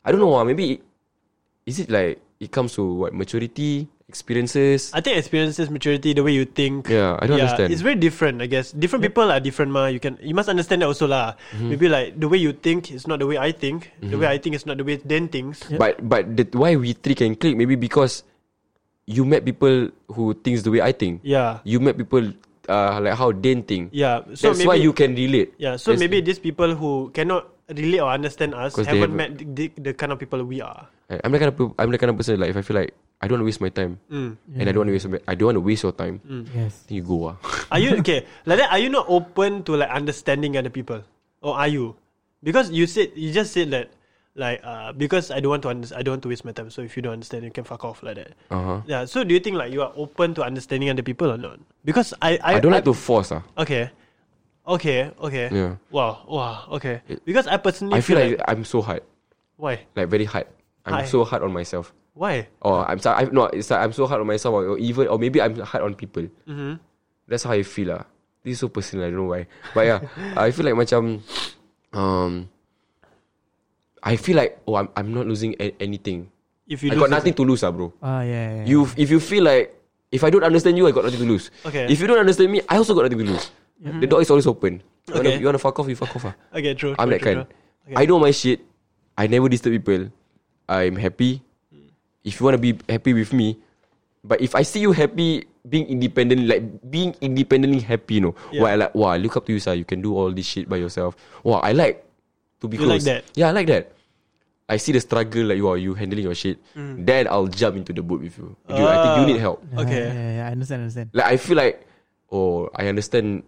I don't know. ah, Maybe it, is it like it comes to what maturity, experiences.
I think experiences, maturity, the way you think.
Yeah, I don't understand.
It's very different, I guess. Different people are different, ma. You can you must understand that also, lah.
Mm-hmm.
Maybe like the way you think is not the way I think. The way I think is not the way Dan thinks.
But but the, why we three can click? Maybe because you met people who thinks the way I think.
Yeah,
You met people uh like how they think.
yeah. So
That's
maybe,
why you can relate.
Yeah, so
That's-
maybe these people who cannot relate or understand us
'Cause
haven't
they
met the, the kind of people we are.
I- Eh, I'm the kind of pe- I'm the kind of person like if I feel like I don't want to waste my time and I don't want
Mm.
to waste my- I don't want to waste your time.
Yes.
Then you go ah.
Are you okay? Like that, are you not open to like understanding other people, or are you? Because you said you just said that, like, uh, because I don't want to under- I don't want to waste my time. So if you don't understand, you can fuck off like that.
Uh-huh.
Yeah. So do you think like you are open to understanding other people or not? Because I I,
I don't like to force ah.
Okay. Okay. Okay.
Yeah.
Wow. Wow. Okay. Because I personally
I feel like I'm so hard,
why
like very hard.
Hi.
I'm so hard on myself.
why
Or I'm so, I'm not. It's like I'm so hard on myself, or, or even or maybe I'm hard on people.
Mm-hmm.
That's how I feel ah. This is so personal. I don't know why, but yeah, I feel like macam, um, I feel like oh I'm I'm not losing a- anything.
if you
I
lose
got
it-
nothing to lose ah, bro.
Ah, yeah. yeah, yeah.
You if you feel like if I don't understand you, I got nothing to lose.
Okay.
If you don't understand me, I also got nothing to lose. The door is always open. You wanna,
Okay.
you wanna fuck off, you fuck off. ah.
Okay, true. true,
I'm that
true,
kind.
true. Okay.
I know my shit. I never disturb people. I'm happy.
Hmm.
If you wanna be happy with me, but if I see you happy being independent, like being independently happy, you know,
Yeah.
why I like, wow, I look up to you, sir. You can do all this shit by yourself. Wow, I like to be
You like
close.
that?
Yeah, I like that. I see the struggle like you are, you handling your shit. Then I'll jump into the boat with you. Dude, I think you
Hmm. Ah.
need help.
Okay.
Yeah, yeah, yeah, I understand, understand.
Like I feel like Oh I understand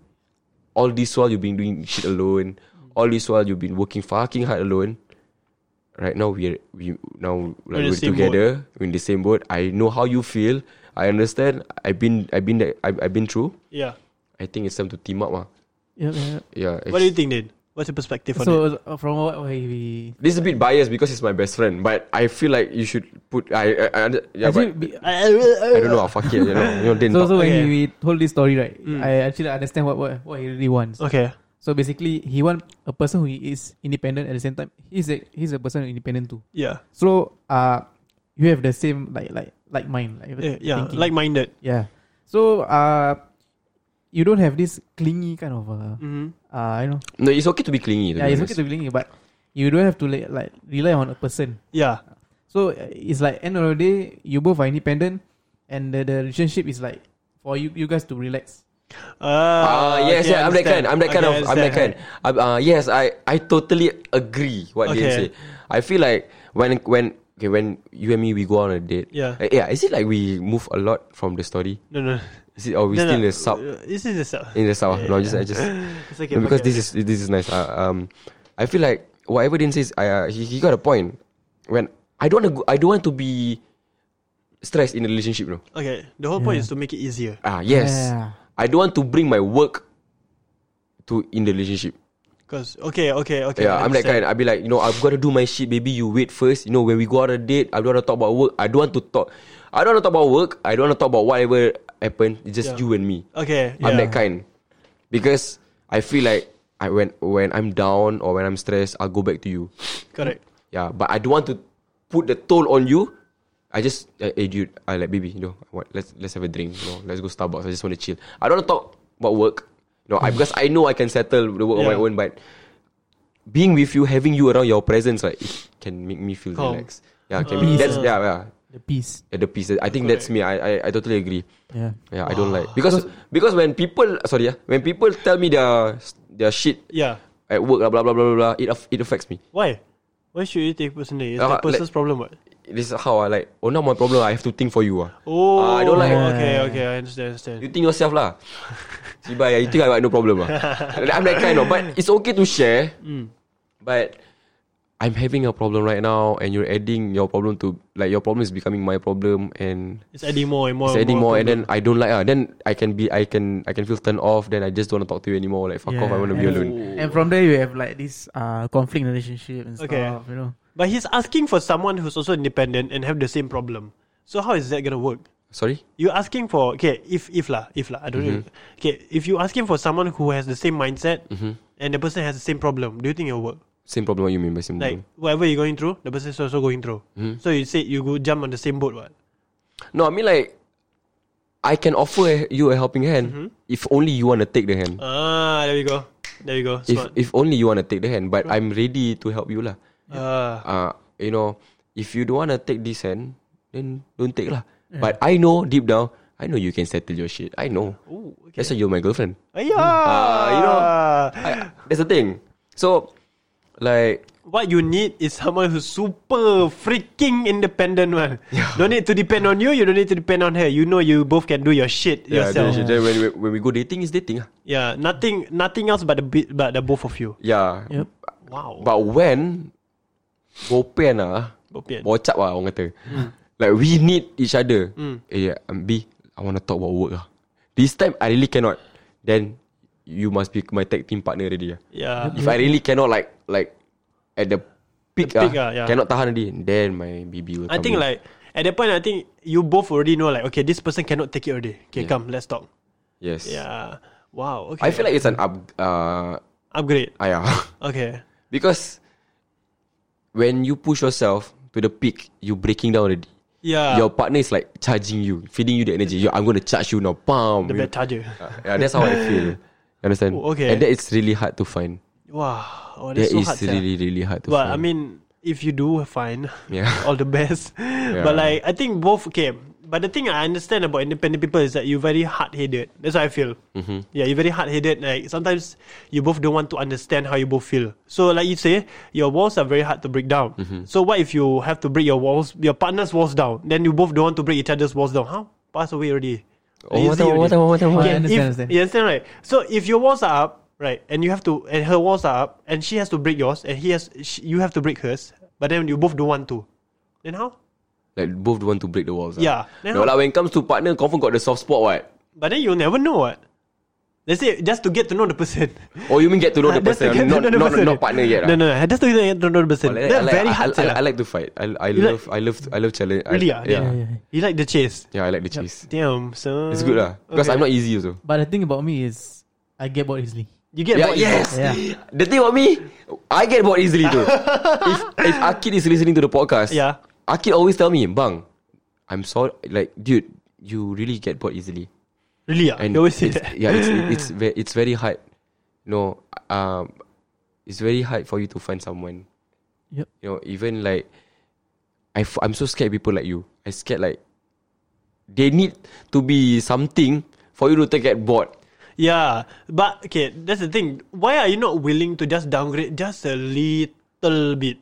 All this while you've been doing shit alone All this while you've been working fucking hard alone Right now we're we now like
We're in the
we're,
same
together We're in the same boat I know how you feel I understand I've been I've been there- I've, I've been through
Yeah.
I think it's time to team up ah.
Yeah, yeah.
Yeah
What do you
it's-
think, then? What's your perspective on it?
So uh, from what we,
This is a bit biased because it's my best friend But I feel like you should put I, I, I under- Yeah
actually,
but
be-
I,
I don't know ah, Fuck it you know, you know then
so, so when
Okay.
he- we told this story, right?
Mm.
I actually understand what, what what he really wants.
uh,
Okay.
So basically, he want a person who is independent at the same time. He's a he's a person who independent too.
Yeah.
So uh, you have the same like like like mind. Like,
Yeah. yeah.
thinking.
Like-minded.
yeah. So uh, you don't have this clingy kind of uh,
Mm-hmm.
uh you know
No it's okay to be clingy to
yeah
be
it's okay
honest.
to be clingy, but you don't have to like, like rely on a person.
Yeah.
So uh, it's like end of the day, you both are independent, and the, the relationship is like for you you guys to relax.
Ah yes,
okay,
yeah, I'm that kind.
understand.
I'm that kind
Okay,
of. I'm that kind.
understand.
I'm, uh, yes, I I totally agree what they
Okay.
say. I feel like when when okay when you and me we go on a date.
Yeah.
Uh, yeah. Is it like we move a lot from the story?
No, no.
Is it or we
no,
still
no.
in the sub
Uh, This is the sub.
in the sub? no, I just I just
It's okay.
no, because
okay.
this is this is nice. Uh, um, I feel like whatever Din says, I uh, he, he got a point. When I don't wanna go, I don't want to be stressed in a relationship, no.
Okay. The whole point
Yeah.
is to make it easier.
Ah yes,
Yeah.
I don't want to bring my work to in the relationship.
Because okay, okay, okay. I
Yeah, I'm that
understand.
kind. I'll be like, you know, I've got to do my shit. Maybe you wait first. You know, when we go on a date, I don't want to talk about work. I don't want to talk. I don't want to talk about work. I don't want to talk about whatever happened. It's just
Yeah.
you and me.
Okay.
I'm
yeah.
that kind. Because I feel like I when when I'm down or when I'm stressed, I'll go back to you.
Correct.
Yeah, but I don't want to put the toll on you. I just, uh, hey dude, I like baby. You know, what? Let's let's have a drink. You know, let's go Starbucks. I just want to chill. I don't want to talk about work. You know, I, because I know I can settle the work on my
Yeah.
own. But being with you, having you around your presence, like it can make me feel
Calm.
relaxed. Yeah, can be, that's yeah, yeah.
The peace.
yeah, The peace. I think that's me. I, I I totally agree.
Yeah.
Yeah, I don't like because because when people sorry yeah, when people tell me their their shit
Yeah.
at work blah blah blah blah blah, it aff- it affects me.
Why? Why should you take personally? It's the
Uh, like-
person's problem. What?
This is how I like. Oh, now my problem. I have to think for you. Ah.
Oh,
Ah, I don't like-
Okay, okay, I understand, understand.
You think yourself lah. Sibai, ah, you think I got no problem ah. I'm that kind of. But it's okay to share.
Mm.
But I'm having a problem right now, and you're adding your problem to like your problem is becoming my problem, and
It's adding more and more.
it's
and
adding more, and then
problem.
I don't like ah. Then I can be, I can, I can feel turned off. Then I just don't want to talk to you anymore. Like fuck off, I want to be
and,
alone.
And from there, you have like this uh conflict in relationship and
Okay.
stuff. You know.
But he's asking for someone who's also independent and have the same problem. So how is that gonna work?
Sorry.
You're asking for okay, if if lah, if lah, I don't
Mm-hmm.
know. Okay, if you asking for someone who has the same mindset
Mm-hmm.
and the person has the same problem, do you think it'll work?
Same problem. What you mean by same
Like
problem?
whatever you're going through, the person is also going through.
Mm-hmm.
So you say you go jump on the same boat, what?
No, I mean like. I can offer you a helping hand
Mm-hmm.
if only you want to take the hand.
Ah, there we go, there we go.
if
Smart.
if only you want to take the hand, but I'm ready to help you lah.
Ah,
Uh, you know, if you don't want to take this hand, then don't take lah. But I know deep down, I know you can settle your shit. I know.
Ooh, okay.
That's why you're my girlfriend.
Aiyah!
Ah, you know, I, that's the thing. So, like,
What you need is someone who's super freaking independent one. Don't need to depend on you, you don't need to depend on her. You know you both can do your shit
yeah,
yourself.
then- then when, we- when we go dating, it's dating. ah.
Yeah, nothing nothing else but the bi- but the both of you.
Yeah.
Yep.
Wow.
But when bopian ah,
Bopian.
bocap ah orang kata. Like we need each other.
Hmm.
Eh, yeah, um, B, I want to talk about work ah. This time I really cannot. Then you must be my tag team partner already ah.
yeah.
If I really cannot like like at the peak,
The peak ah,
ah,
yeah.
cannot tahan already. Then my baby will
I
come
think
in.
like at that point I think you both already know like okay this person cannot take it already. Okay, come, let's talk.
yes.
Yeah. Wow, okay.
I feel like it's an up uh
upgrade.
ah, yeah.
Okay.
because when you push yourself to the peak, you breaking down already.
Yeah.
your partner is like charging you, feeding you the energy. Yo, I'm gonna charge you now. Bam.
the
you
bad charger.
know. yeah, that's how I feel. Understand?
Oh, okay.
And that it's really hard to find.
Wow. Oh,
That
that's
is
so hard. sia.
really, really hard to
But
find.
I mean, if you do, fine.
Yeah.
All the best. But like, I think both. Okay. But the thing I understand about independent people is that you're very hard-headed. That's how I feel. Mm-hmm. Yeah, you're very hard-headed. Like sometimes you both don't want to understand how you both feel. So like you say, your walls are very hard to break down.
Mm-hmm.
So what if you have to break your walls, your partner's walls down? Then you both don't want to break each other's walls down. How? Pass away already.
Oh,
You
what
see
the-
already.
what the- what the- what
I
the-
understand,
If-
understand.
You understand, right? So if your walls are up, right, and you have to, and her walls are up, and she has to break yours, and he has, she, you have to break hers, but then you both don't want to. Then how?
Like both want to break the walls.
Yeah.
Ah.
Then
No,
how?
lah, when it comes to partner, confirm got the soft spot, what?
But then you'll never know what. Let's say just to get to know the person.
Or Oh, you mean get to know
Ah,
the
just to get
person,
to
not,
know the
not,
person.
not partner yet.
No,
ah?
no, no. Just to get to know the person.
Oh, like that,
That's
I like,
very
I,
hard.
I,
sia.
I, I like to fight. I, I
You
love, I love, I love challenge.
Really, ah?
I,
Damn.
yeah. yeah.
yeah, yeah.
You like the chase.
I like the chase.
Damn, so
It's good lah. Because
Okay.
I'm not easy also.
But the thing about me is, I get bored easily.
You get
Yeah,
bored.
yes.
Yeah.
The thing about me, I get bored easily too. if if Akid is listening to the podcast,
Yeah.
Akid always tell me, Bang, I'm sorry, like, dude, you really get bored easily.
Really, ah? You always say
it's,
that.
yeah, it's it's very it's very hard. No, um, it's very hard for you to find someone.
Yep.
You know, even like, I f- I'm so scared people like you. I scared like, they need to be something for you to get bored.
Yeah, but okay, that's the thing. Why are you not willing to just downgrade just a little bit,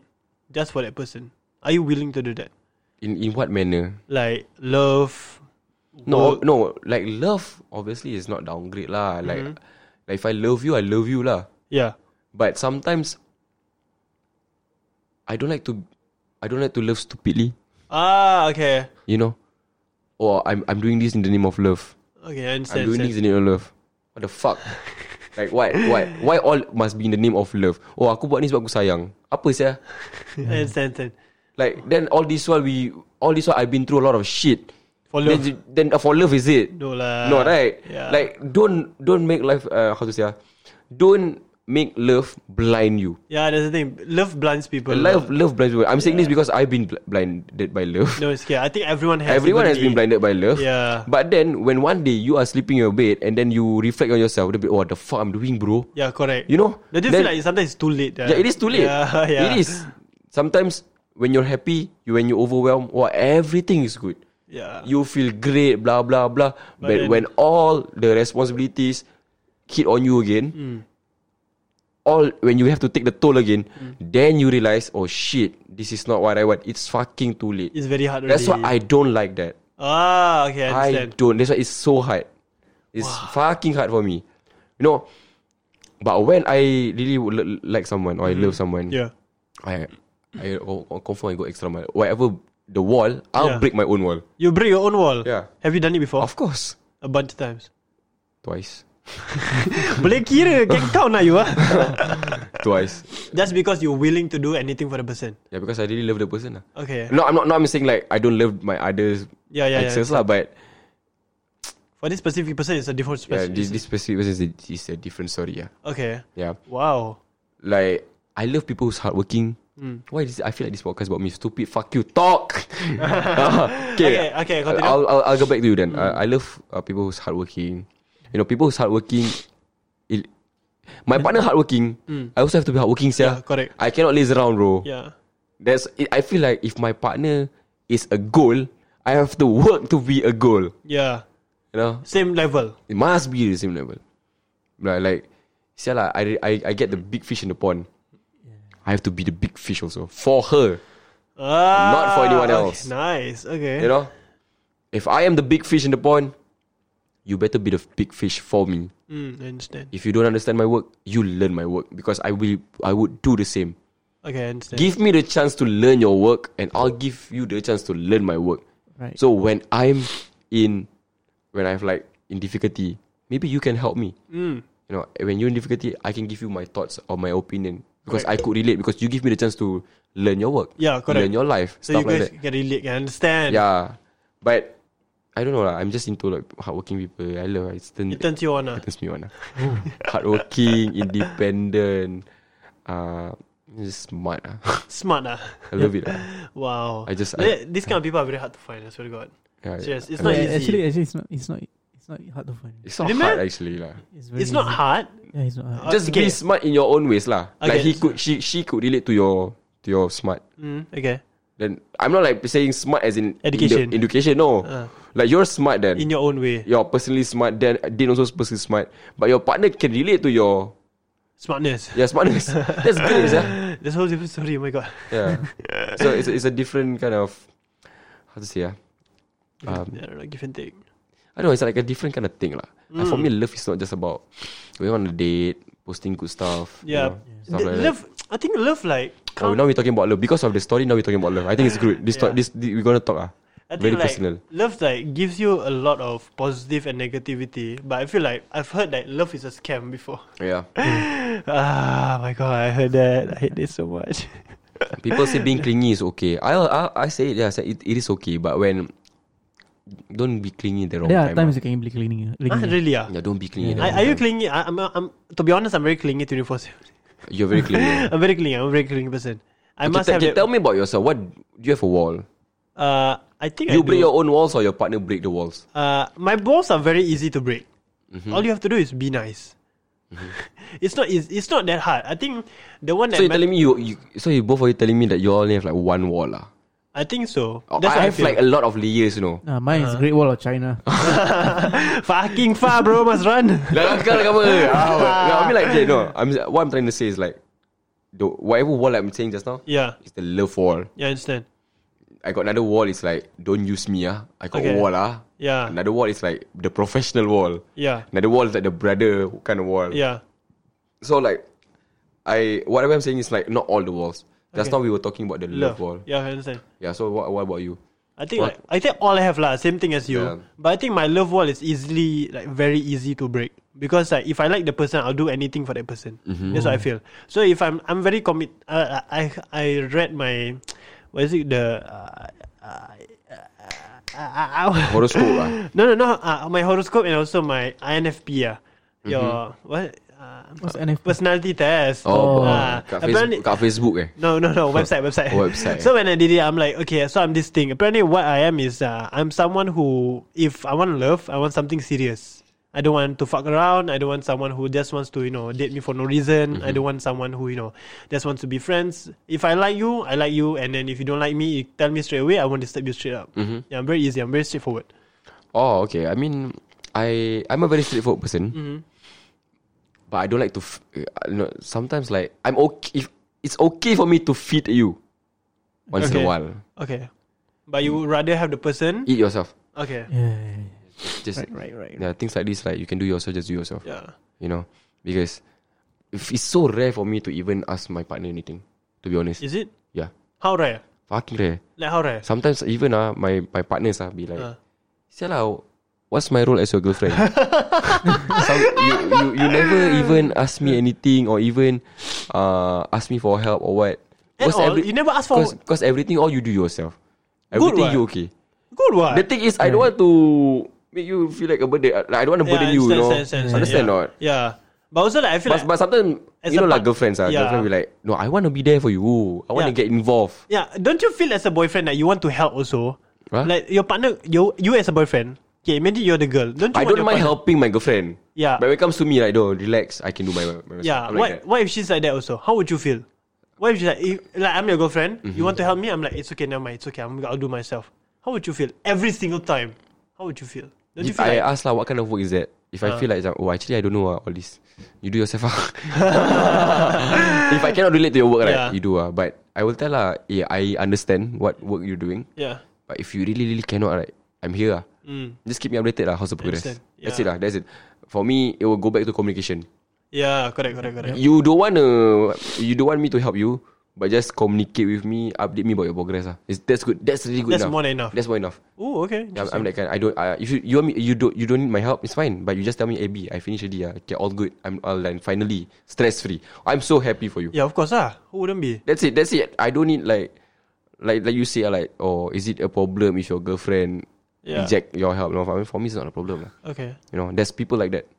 just for that person? Are you willing to do that?
In in what manner?
Like love?
No,
work-
no, like love obviously is not downgrade lah. Like,
Mm-hmm.
like if I love you, I love you lah.
Yeah,
But sometimes, I don't like to, I don't like to love stupidly.
ah, okay,
You know, or I'm I'm doing this in the name of love.
okay, I understand.
I'm doing this
understand.
in the name of love. What the fuck? like why why why all must be in the name of love? Oh aku buat ni sebab aku sayang. Apa sih?
I understand, understand.
Like then all this while we all this while I've been through a lot of shit.
For love.
Then, then uh, for love is it?
No lah.
No right?
Ah, Yeah.
Like don't don't make life uh, how to say ah? Don't make love blind you.
yeah, that's the thing. Love blinds people.
Love love blinds you. I'm saying this because I've been bl- blinded by love.
No, it's okay. I think everyone has.
Everyone has been
even
blinded by love.
Yeah.
But then when one day you are sleeping in your bed and then you reflect on yourself, you'll be, oh, what the fuck I'm doing, bro?
a- Yeah, correct.
You know?
They just
then-
feel like sometimes it's too late.
Yeah, it is too late.
Yeah, yeah.
It is. Sometimes when you're happy, you, when you overwhelm, or everything is good.
Yeah.
You feel great, blah blah blah. But,
then-
when all the responsibilities hit on you again,
Hmm.
all when you have to take the toll again,
Hmm.
then you realize, oh shit, this is not what I want. It's fucking too late.
It's very hard.
That's why
already.
I don't like that.
Ah, okay, I
I
understand.
don't. That's why it's so hard. It's fucking hard for me. You know. But when I really would l- like someone or I love someone,
Hmm. yeah.
I I co- co- confirm I go extra mile. Whatever the wall, I'll
Yeah.
break my own wall.
You break your own wall.
Yeah.
Have you done it before?
Of course.
A bunch of times.
Twice.
Boleh kira Can count lah you ah.
Twice.
Just because you're willing to do anything for the person
Yeah, because I really love the person. lah.
Okay
No, I'm not no I'm saying like I don't love my others
Yeah yeah, yeah.
exes lah, but
For this specific person It's a different
yeah,
specific
this this specific person is a, is a different story, yeah.
Okay
Yeah.
Wow
Like I love people who's hardworking.
Hmm.
Why is I feel like this podcast about me? Stupid, fuck you, talk.
Okay Okay continue
I'll, I'll I'll go back to you then. I, I love uh, people who's hardworking. You know, people who's hardworking. It, my partner hardworking. I also have to be hardworking,
Hmm. Yeah,
sir.
correct.
I cannot laze around, bro.
Yeah
That's. It, I feel like if my partner is a goal, I have to work to be a goal.
Yeah
You know,
Same level
it must be the same level. Like, like, see lah, I, I I get the big fish in the pond. I have to be the big fish also for her.
ah,
Not for anyone
okay,
else.
Nice Okay
You know, if I am the big fish in the pond, you better be the big fish for me.
mm, I understand
If you don't understand my work, you learn my work because I will. I would do the same.
Okay I understand
Give me the chance to learn your work, and I'll give you the chance to learn my work.
Right.
So when I'm in, when I've like in difficulty, maybe you can help me.
Mm.
You know, when you're in difficulty, I can give you my thoughts or my opinion because I could relate because you give me the chance to learn your work.
Yeah, correct.
Learn your life.
So
stuff
you guys
like that.
Can relate Can understand
Yeah, but I don't know lah. I'm just into like hardworking people. I love it's turn,
It turns you on ah.
turns me on lah. hardworking, independent, uh, just smart ah.
Smart ah.
I love it. lah.
Wow
I just-
Like,
I-
These kind of people Are very hard to find I swear to god
Yeah,
Serious It's
No,
not
a-
easy
actually, actually, it's not. It's not. It's not hard to find.
It's not
Really,
hard
man?
actually lah.
It's, very
It's not
Mm.
easy.
hard.
Yeah, it's not hard.
Uh,
Just
okay.
be smart in your own ways lah. Like
Okay.
he could, she, she could relate to your, to your smart.
Mm, okay.
Then I'm not like saying smart as in
Education.
in the- education. No,
Uh.
like you're smart then.
In your own way.
you're personally smart. Then Din also personally smart. But your partner can relate to your
Smartness.
your smartness. That's great, yeah.
That's a whole different story. Oh my god.
Yeah. So it's a, it's a different kind of how to say yeah. Um,
Yeah, I don't know, give and take.
I don't know. It's like a different kind of thing lah. Like for me,
Mm.
love is not just about going on a date, posting good stuff. you
Yeah.
know, stuff
The-
like that.
love. I think love like.
Oh,
come-
now we're talking about love because of the story. Now we're talking about love. I think it's good. This, to-
Yeah.
this, thi- we're gonna talk ah.
I
very
think like
personal.
love like gives you a lot of positive and negativity, but I feel like I've heard that love is a scam before.
Yeah,
Ah my god, I heard that. I hate this so much.
people say being clingy is okay. I I, I say it, yeah, I say it, it is okay. But when don't be clingy at the wrong
There are
time.
times
ah.
you can be cleaning.
ah,
clingy.
really? Ah.
Yeah, don't be clingy. at the
Are,
wrong
are you
time.
clingy? I, I'm, I'm. To be honest, I'm very clingy. Twenty four seven.
You're very clingy.
I'm very clingy. I'm a very clingy person. I must
okay,
have.
te-
that-
tell me about yourself. What do you have a wall?
Uh, I think I
you
do.
break your own walls or your partner break the walls?
Uh, my balls are very easy to break.
Mm-hmm.
All you have to do is be nice. it's not. It's, it's not that hard. I think the one that
So you're
ma-
telling me you, you so you both of you telling me that you all only have like one wall lah.
I think so.
Oh,
That's
I
what
have
feel.
like a lot of layers, you know.
Ah, mine
Uh-huh.
is Great Wall of China.
fucking far, bro. Must run.
Lah, kau nak apa? Ah, no, I mean like okay, no. I'm what I'm trying to say is like the whatever wall I'm saying just now
yeah,
is the love wall.
yeah, I understand.
I got another wall. It's like don't use me ah. I got
Okay.
a wall ah.
Yeah.
Another wall is like the professional wall.
Yeah,
Another wall is like the brother kind of wall.
yeah,
So like, I whatever I'm saying is like not all the walls. Just
Okay.
now we were talking about the love,
love.
wall.
Yeah, I understand.
Yeah. So what, what about you?
I think
What-
like, I think all I have lah, same thing as you.
Yeah.
But I think my love wall is easily like very easy to break because like if I like the person, I'll do anything for that person. That's what I feel. So if I'm I'm very commit. Uh, I I read my what is it the. Uh, uh, uh, uh, uh,
Horoscope ah.
no no no uh, my horoscope and also my INFP ah your what uh,
What's NFP?
personality test
Oh,
Ah,
kat,
apparently-
Facebook, kat Facebook eh.
No, no, no. Website, website.
Oh, website.
So when I did it, I'm like, okay, so I'm this thing. Apparently, what I am is uh, I'm someone who, if I want love, I want something serious. I don't want to fuck around. I don't want someone who just wants to, you know, date me for no reason. I
Mm-hmm.
don't want someone who, you know, just wants to be friends. If I like you, I like you. And then if you don't like me, you tell me straight away. I won't disturb you straight up.
Mm-hmm.
Yeah, I'm very easy. I'm very straightforward.
Oh, okay. I mean, I I'm a very straightforward person,
Mm-hmm.
but I don't like to. F- uh, no, sometimes like I'm okay. If, it's okay for me to feed you once in
Okay.
a while.
Okay. But you would rather have the person?
Eat yourself.
Okay.
Yeah, yeah, yeah.
Just
Right, right.
yeah, things like this. Like you can do yourself. Just do yourself.
Yeah.
You know, because if it's so rare for me to even ask my partner anything. To be honest,
Is it?
yeah,
How rare?
fucking rare.
Like, how rare?
Sometimes even ah, my my partners ah be like,
Ah.
"Sia lah, what's my role as your girlfriend?" Some, you, you you never even ask me anything or even uh ask me for help or what.
At all? You never ask for-
because everything all you do yourself.
what?
Everything
Uh,
you okay.
Good one.
The thing is, I don't want to make you feel like a burden. Like, I don't want to burden you. You know, understand
yeah.
not?
Yeah. But also like I feel
But,
like
but sometimes
As a
you know like
part-
girlfriends ah,
yeah.
girlfriend be like, no, I want to be there for you. I want to
Yeah.
get involved.
yeah, don't you feel as a boyfriend that you want to help also?
Huh?
Like your partner you you as a boyfriend. Okay, imagine you're the girl. Don't you
I
want your
don't mind
partner-
helping my girlfriend.
Yeah.
But when it comes to me, like, no, relax. I can do my, my myself.
Yeah.
I'm
what
like that.
what if she's like that also? How would you feel? What if she's like if, like I'm your girlfriend,
Mm-hmm.
you want to help me? I'm like, it's okay, never mind, it's okay, I'm, I'll do myself. How would you feel? Every single time. How would you feel? Don't you
If
feel
I
like Uh.
ask lah, what kind of work is that? If I feel like, oh, actually, I don't know ah, all this. You do yourself ah. if I cannot relate to your work,
Yeah.
right? You do ah. But I will tell lah, yeah, I understand what work you're doing.
Yeah.
But if you really, really cannot, right? I'm here ah. Just keep me updated lah. How's the progress?
Mm. Understand.
That's it
Yeah.
lah. That's it. For me, it will go back to communication.
Yeah, correct, correct, correct.
You don't want to, you don't want me to help you, but just communicate with me, update me about your progress. Ah, It's- that's good. That's really good.
That's
enough.
more than enough.
That's more enough.
Oh, okay. interesting.
Yeah, I'm, I'm that kind. I don't. I, if you you want me, you don't you don't need my help. It's fine. But you just tell me, AB, I finished already. Yeah, okay, all good. I'm all done. Finally, stress free. I'm so happy for you.
yeah, of course, ah. Who wouldn't be?
That's it. That's it. I don't need like, like like you say ah, like, oh, is it a problem if your girlfriend
Yeah.
reject your help? No, I mean, for me it's not a problem. lah.
Okay.
You know, there's people like that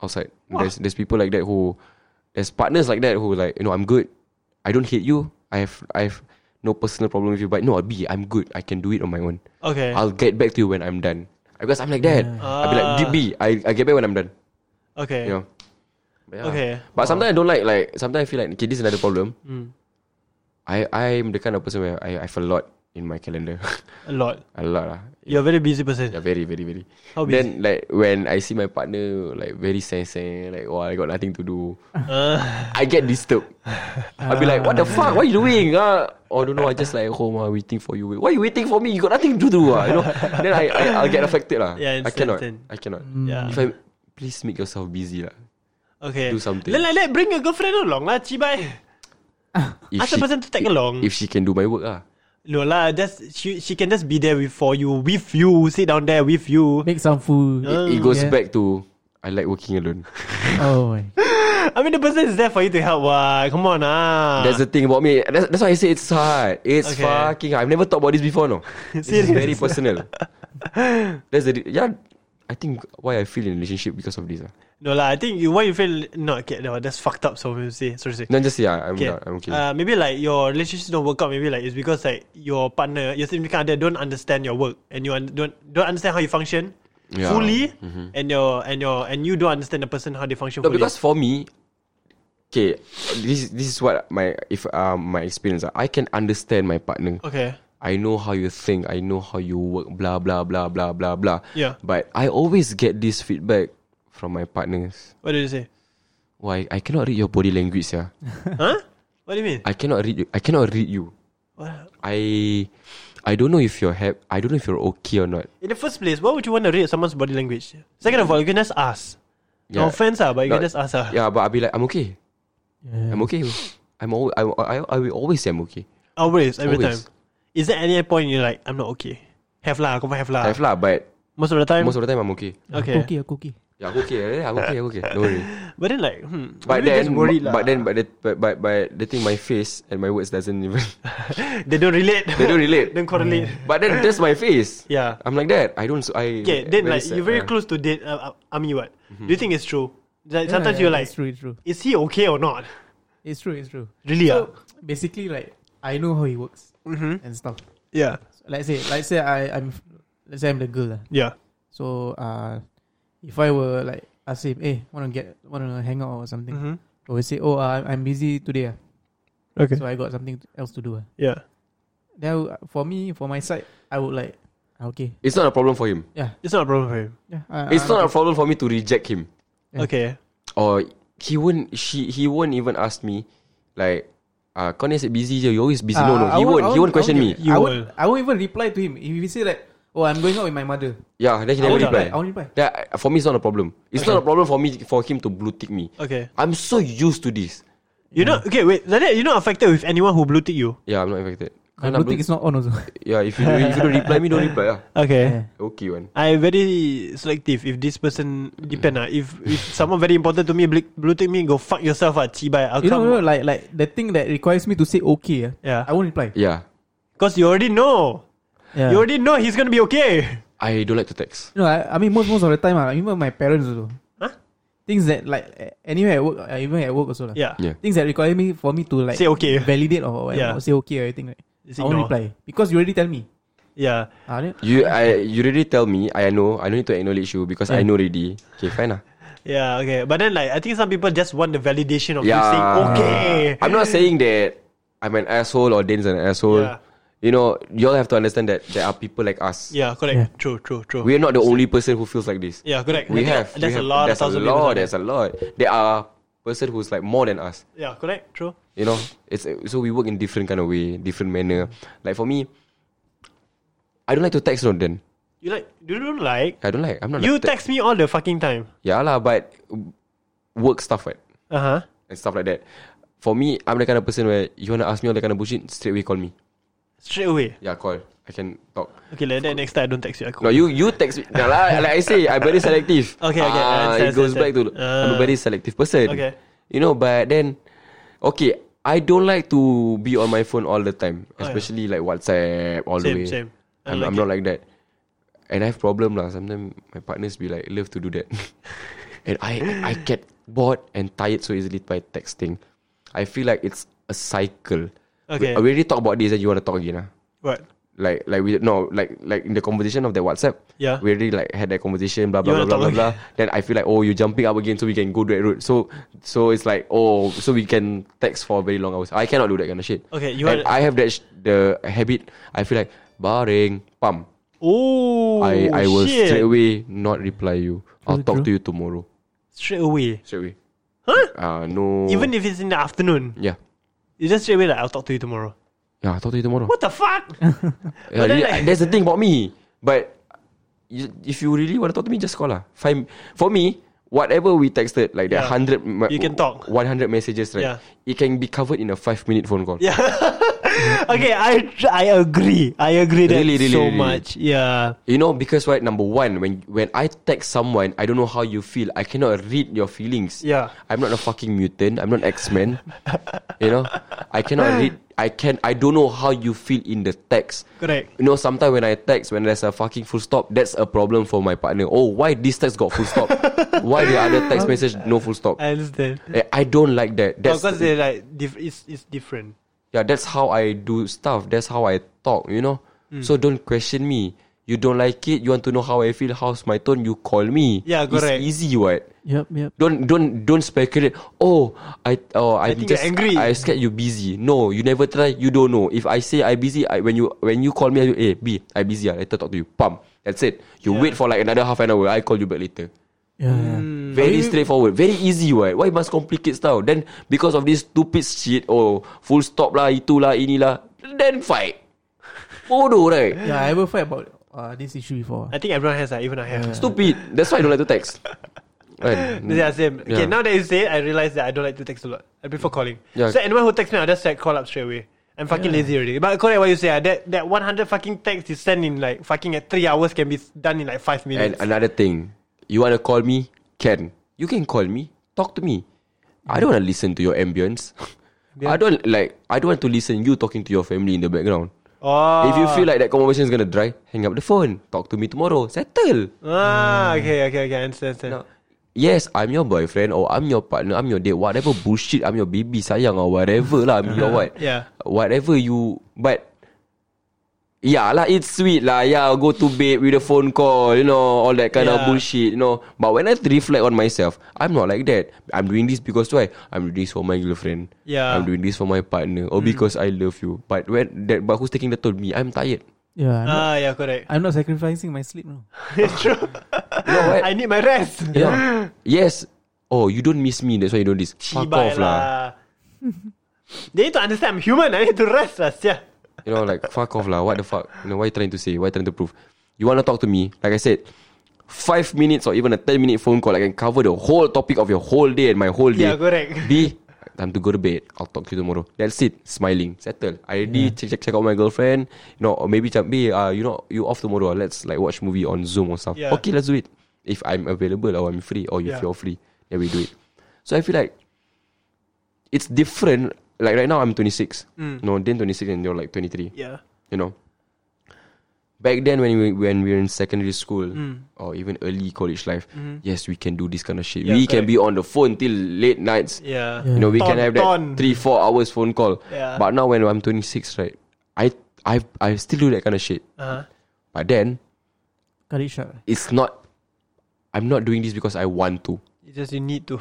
outside. There's there's people like that who, there's partners like that who like you know I'm good. I don't hate you. I have I have no personal problem with you. But no, B, I'm good. I can do it on my own.
Okay.
I'll get back to you when I'm done. Because I'm like that. I'll be like,
Ah.
deep B. I, I get back when I'm done.
Okay.
You know. But yeah.
Okay.
But sometimes I don't like like sometimes I feel like okay, this is another problem.
Hmm.
I I'm the kind of person where I, I have a lot in my calendar.
A lot.
a lot lah.
You're a very busy person.
Yeah, very, very, very.
How busy?
Then like when I see my partner like very sad, sad, like oh I got nothing to do,
Ah.
I get disturbed. I'll be like, what the fuck? What you doing? Ah, oh don't know. I just like at home. Ah, waiting for you. Why you waiting for me? You got nothing to do. Ah, you know. Then I, I I'll get affected lah.
Yeah, Mm.
I cannot.
instant.
I cannot.
Yeah.
If I please make yourself busy ah. lah.
okay.
do something.
Then like that, bring your girlfriend along lah, cibai.
If
Ask the person to tag along.
If she can do my work ah.
No lah, just she she can just be there with, for you, with you, sit down there with you.
Make some food.
Mm,
It goes
yeah.
back to I like working alone.
Oh my.
I mean, the person is there for you to help. Wah, come on ah.
That's the thing about me. That's, that's why I say it's hard. It's
Okay.
fucking hard. I've never thought about this before, no. It's
Serious?
very personal. That's the re- yeah. I think why I feel in a relationship because of this. Ah,
no lah, I think you why you feel no, okay, no, that's fucked up. So we say, sorry, say.
No, just yeah, I'm
Okay.
not, I'm okay.
Uh, maybe like your relationship don't work out. Maybe like it's because like your partner, your significant other don't understand your work and you un- don't don't understand how you function
Yeah. Mm-hmm.
fully, and your and your and you don't understand the person how they function
no,
fully.
because for me, okay, this this is what my if um my experience. ah. I can understand my partner.
okay,
I know how you think. I know how you work. Blah blah blah blah blah blah.
Yeah.
But I always get this feedback from my partners.
what did you say?
Why I cannot read your body language, yeah.
huh? What do you mean?
I cannot read you. I cannot read you.
What?
I I don't know if you're hap- I don't know if you're okay or not.
In the first place, why would you want to read someone's body language? Second of all, you can just ask. No
Yeah.
offense, ah, but you
No,
can just ask. ah.
Yeah, but I'll be like, I'm okay.
Yeah.
I'm okay. I'm al- I, I, I will always say I'm okay.
Always, every
Always.
time. Is there any point you're like, I'm not okay? Have lah, come on, have lah.
I have lah, but
Most of the time.
most of the time I'm okay.
okay.
Cookie, cookie.
Yeah, I'm okay. eh, I'm okay. I'm okay. Don't worry.
But then like, hmm,
But
maybe
then,
just worried lah.
but then, but the, but, but, but the thing, my face and my words doesn't even
they don't relate.
they don't relate.
don't correlate.
but then that's my face.
Yeah.
I'm like that. I don't. s- I
Okay, then like
sad,
you're very
yeah.
close to date uh, uh, Ami. What do you think is true? Like, sometimes
Yeah,
you're
yeah,
like,
it's true, it's true,
is he okay or not?
it's true, it's true.
Really? ah?
Basically, like I know how he works and stuff.
yeah,
Let's say, let's say I, I'm, let's say I'm the girl. lah.
yeah,
So, uh, if I were like, I say, hey, wanna get, wanna hang out or something,
Mm-hmm.
or we say, oh, uh, I'm busy today. ah.
okay,
So I got something else to do. ah."
yeah.
Then I would- for me, for my side, I would like, "Ah, okay, Uh,
It's not a problem for him.
It's not a problem for him.
yeah. I-
It's
I'm
not a
Ah, okay."
problem for me to reject him.
Yeah.
Okay,
or he won't she he won't even ask me like uh kau ni asyik busy je you always busy no no
Ah, I
he won't
I
he won't question
I
me
give-
You
I won't,
will.
I won't even reply to him. If he say like, oh, I'm going out with my mother,
yeah then he never
won't
reply
I won't reply.
yeah for me it's not a problem it's not a problem for me for him to blue tick me
okay.
I'm so used to this
You're not okay. Wait, like that, you're not affected with anyone who blue tick you.
yeah I'm not affected Kau
My
nak
blue tick is not on also.
blue- yeah if you if you don't reply me don't reply ah
Okay.
okay one
I very selective. If this person depend ah, if if someone very important to me blue, blue tick me, go fuck yourself ah, cibai. I'll
you know,
come.
you know, like like the thing that requires me to say okay. ah,
Yeah.
I won't reply.
yeah
Cause you already know.
Yeah.
You already know he's gonna be okay.
I don't like to text
No, I, I mean most most of the time, uh, even my parents also.
Huh?
Things that like a- anywhere at work, uh, even at work also lah.
Yeah.
yeah
Things that require me for me to like
Say okay.
validate or
Yeah.
whatever, or say okay or anything. Like,
Just
I won't
ignore.
reply because you already tell me.
Yeah.
Ah, then-
you I you already tell me I know I don't need to acknowledge you because
Hmm.
I know already okay fine ah
Yeah, okay. But then like I think some people just want the validation of you
Yeah. Uh-huh.
saying okay.
I'm not saying that I'm an asshole or Dane's an asshole.
Yeah.
You know, you all have to understand that there are people like us.
Yeah, correct.
Yeah.
True, true, true.
We're not the only person who feels like this.
yeah, correct. I
We
think
have.
That's a
we have-
lot
There's
of
a
thousand people.
lot. There's a lot. There are person who's like more than us.
yeah, correct. True.
You know, it's so we work in different kind of way, different manner. Like for me, I don't like to text on then.
You like you don't like
I don't like. I'm not.
you
a te-
text me all the fucking time.
Yeah lah, but work stuff right
Uh huh.
and stuff like that. For me, I'm the kind of person where you wanna ask me all that kind of bullshit straight away. Call me.
Straight away.
Yeah, call. I can talk.
Okay, like that next time I don't text you. I call.
No, you you text me. No, lah, like I say, I'm very selective.
Okay, okay, I
Ah,
understand,
it goes
understand.
back to I'm a very selective person.
Okay.
You know, but then, okay, I don't like to be on my phone all the time, especially like WhatsApp all the
Oh, same, same.
way.
I
I'm,
like
I'm not like that, and I have problem lah. Sometimes my partners be like love to do that, and I I get bored and tired so easily by texting. I feel like it's a cycle.
Okay.
We, we already talked about this, and you want to talk again, ah?
What?
like like we no like like in the conversation of the WhatsApp.
Yeah.
We already like had that conversation, blah blah
You
blah blah
wanna
blah,
talk
blah. Then I feel like oh you're jumping up again so we can go that route. So so it's like oh so we can text for very long hours. I cannot do that kind of shit.
Okay, you
and
are-
I have that sh- the habit. I feel like barring pam.
Oh,
I I will
shit.
straight away not reply you. I'll
True,
talk
true.
to you tomorrow.
Straight away.
Straight away.
Huh?
Uh no.
Even if it's in the afternoon,
yeah.
you just straight away like I'll talk to you tomorrow.
Yeah, I'll talk to you tomorrow.
What the fuck?
Yeah,
But then,
really,
like-
that's the thing about me. But you, if you really want to talk to me, just call lah. Five, for me, whatever we texted, like
Yeah.
that hundred,
You can talk.
One hundred messages,
Yeah.
right? It can be covered in a five-minute phone call.
Yeah. okay, I I agree. I agree that
Really, really,
so
really.
much. Yeah.
You know, because right, number one, when when I text someone, I don't know how you feel. I cannot read your feelings.
Yeah.
I'm not a fucking mutant. I'm not X Men. you know, I cannot read. I can. I don't know how you feel in the text.
Correct.
You know, sometimes when I text, when there's a fucking full stop, that's a problem for my partner. Oh, why this text got full stop? why the other text message no full stop?
I understand.
Eh, I don't like that. That's
Because they're like diff- it's it's different.
yeah. That's how I do stuff. That's how I talk. You know.
Hmm.
So don't question me. You don't like it. You want to know how I feel. How's my tone? You call me.
Yeah, correct.
It's easy, what?
Yep, yep.
Don't don't don't speculate. Oh, I oh I,
think
just
you're angry.
I scared you busy. No, you never try. You don't know. If I say I busy, I when you when you call me, I do, hey B, I busy. I later talk to you. Pump. That's it. You wait for like another half an hour. I call you back later.
Yeah.
Very straightforward. Very easy. Why? Why must complicate stuff? Then because of this stupid shit. Oh, full stop lah. Itulah inilah. Then fight. Bodoh right?
Yeah, I ever fight about uh, this issue before.
I think everyone has that. Even I have.
Stupid. That's why I don't like to text. Right.
Yeah, same. Okay,
Yeah.
now that you say it, I realize that I don't like to text a lot. I prefer calling.
Yeah.
So anyone who texts me, I'll just like call up straight away. I'm fucking lazy already. But correct what you say, ah, that, that 100 fucking texts you send in like fucking at 3 hours can be done in like 5
And
minutes.
another thing, you wanna call me? Can you can call me? Talk to me. I don't wanna listen to your ambience. I don't like. I don't want to listen you talking to your family in the background.
oh.
If you feel like that conversation is gonna dry, hang up the phone. Talk to me tomorrow. Settle.
Ah, okay, okay, okay. I understand, understand.
Mm. No. Yes, I'm your boyfriend or I'm your partner, I'm your date, whatever bullshit, I'm your baby sayang or whatever lah, I'm your what.
Yeah.
Whatever you, but yeah lah, it's sweet lah. Yeah, go to bed with a phone call, you know, all that kind of
Yeah.
bullshit, you know. But when I reflect on myself, I'm not like that. I'm doing this because why? I'm doing this for my girlfriend.
Yeah. Mm.
I'm doing this for my partner or because I love you. But when that, but who's taking the toll? Me. I'm tired.
Yeah, I'm, not,
Ah, yeah, correct.
I'm not sacrificing my sleep. No.
True.
You know what?
I need my rest.
yeah. Yes. Oh, you don't miss me. That's why you don't this. Fuck
Cibai
off lah.
they need to understand I'm human. I need to rest lah. Yeah.
You know, like fuck off lah. What the fuck? You know, what you trying to say? What you trying to prove? You wanna talk to me? Like I said, five minutes or even a ten minute phone call, I can cover the whole topic of your whole day and my whole day.
Yeah, correct.
B, time to go to bed. I'll talk to you tomorrow. That's it. Smiling, settle. I already check, check check out my girlfriend. You know, or maybe macam, B, uh, you know, you off tomorrow. Let's like watch movie on Zoom or stuff.
Yeah.
Okay, let's do it. If I'm available or I'm free or if
Yeah.
you're free, then we do it. So I feel like it's different. Like right now, I'm 26. No, then 26 and you're like
Mm.
23
Yeah.
you know back then when we when we were in secondary school
Mm.
or even early college life yes we can do this kind of shit
Mm-hmm. Yeah,
we can
correct.
be on the phone till late nights
Yeah.
you know we can
Ton-
have that
ton.
3 4 hours phone call
Yeah.
but now when I'm 26 right I I I still do that kind of shit
Uh-huh.
but then
Cut it short.
it's not I'm not doing this because I want to
It's just you need to.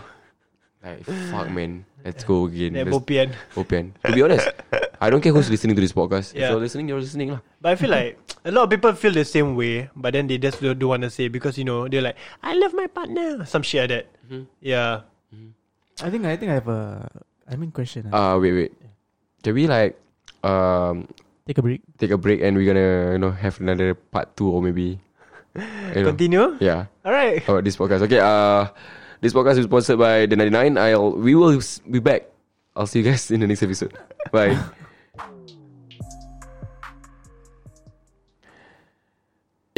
like fuck man let's go again
That
Let's
bopian.
open to be honest I don't care who's listening to this podcast if
Yeah.
you're listening you're listening lah
But I feel like a lot of people feel the same way, but then they just don't, don't want to say because you know they're like, "I love my partner," some shit like that. Yeah,
I think I think I have a. I mean, question. ah.
uh wait wait can we like um
Take a break.
take a break and we're gonna you know have another part two or maybe you know,
continue.
yeah
All right,
about Oh, this podcast okay uh this podcast is sponsored by the 99 I'll we will s- be back I'll see you guys in the next episode bye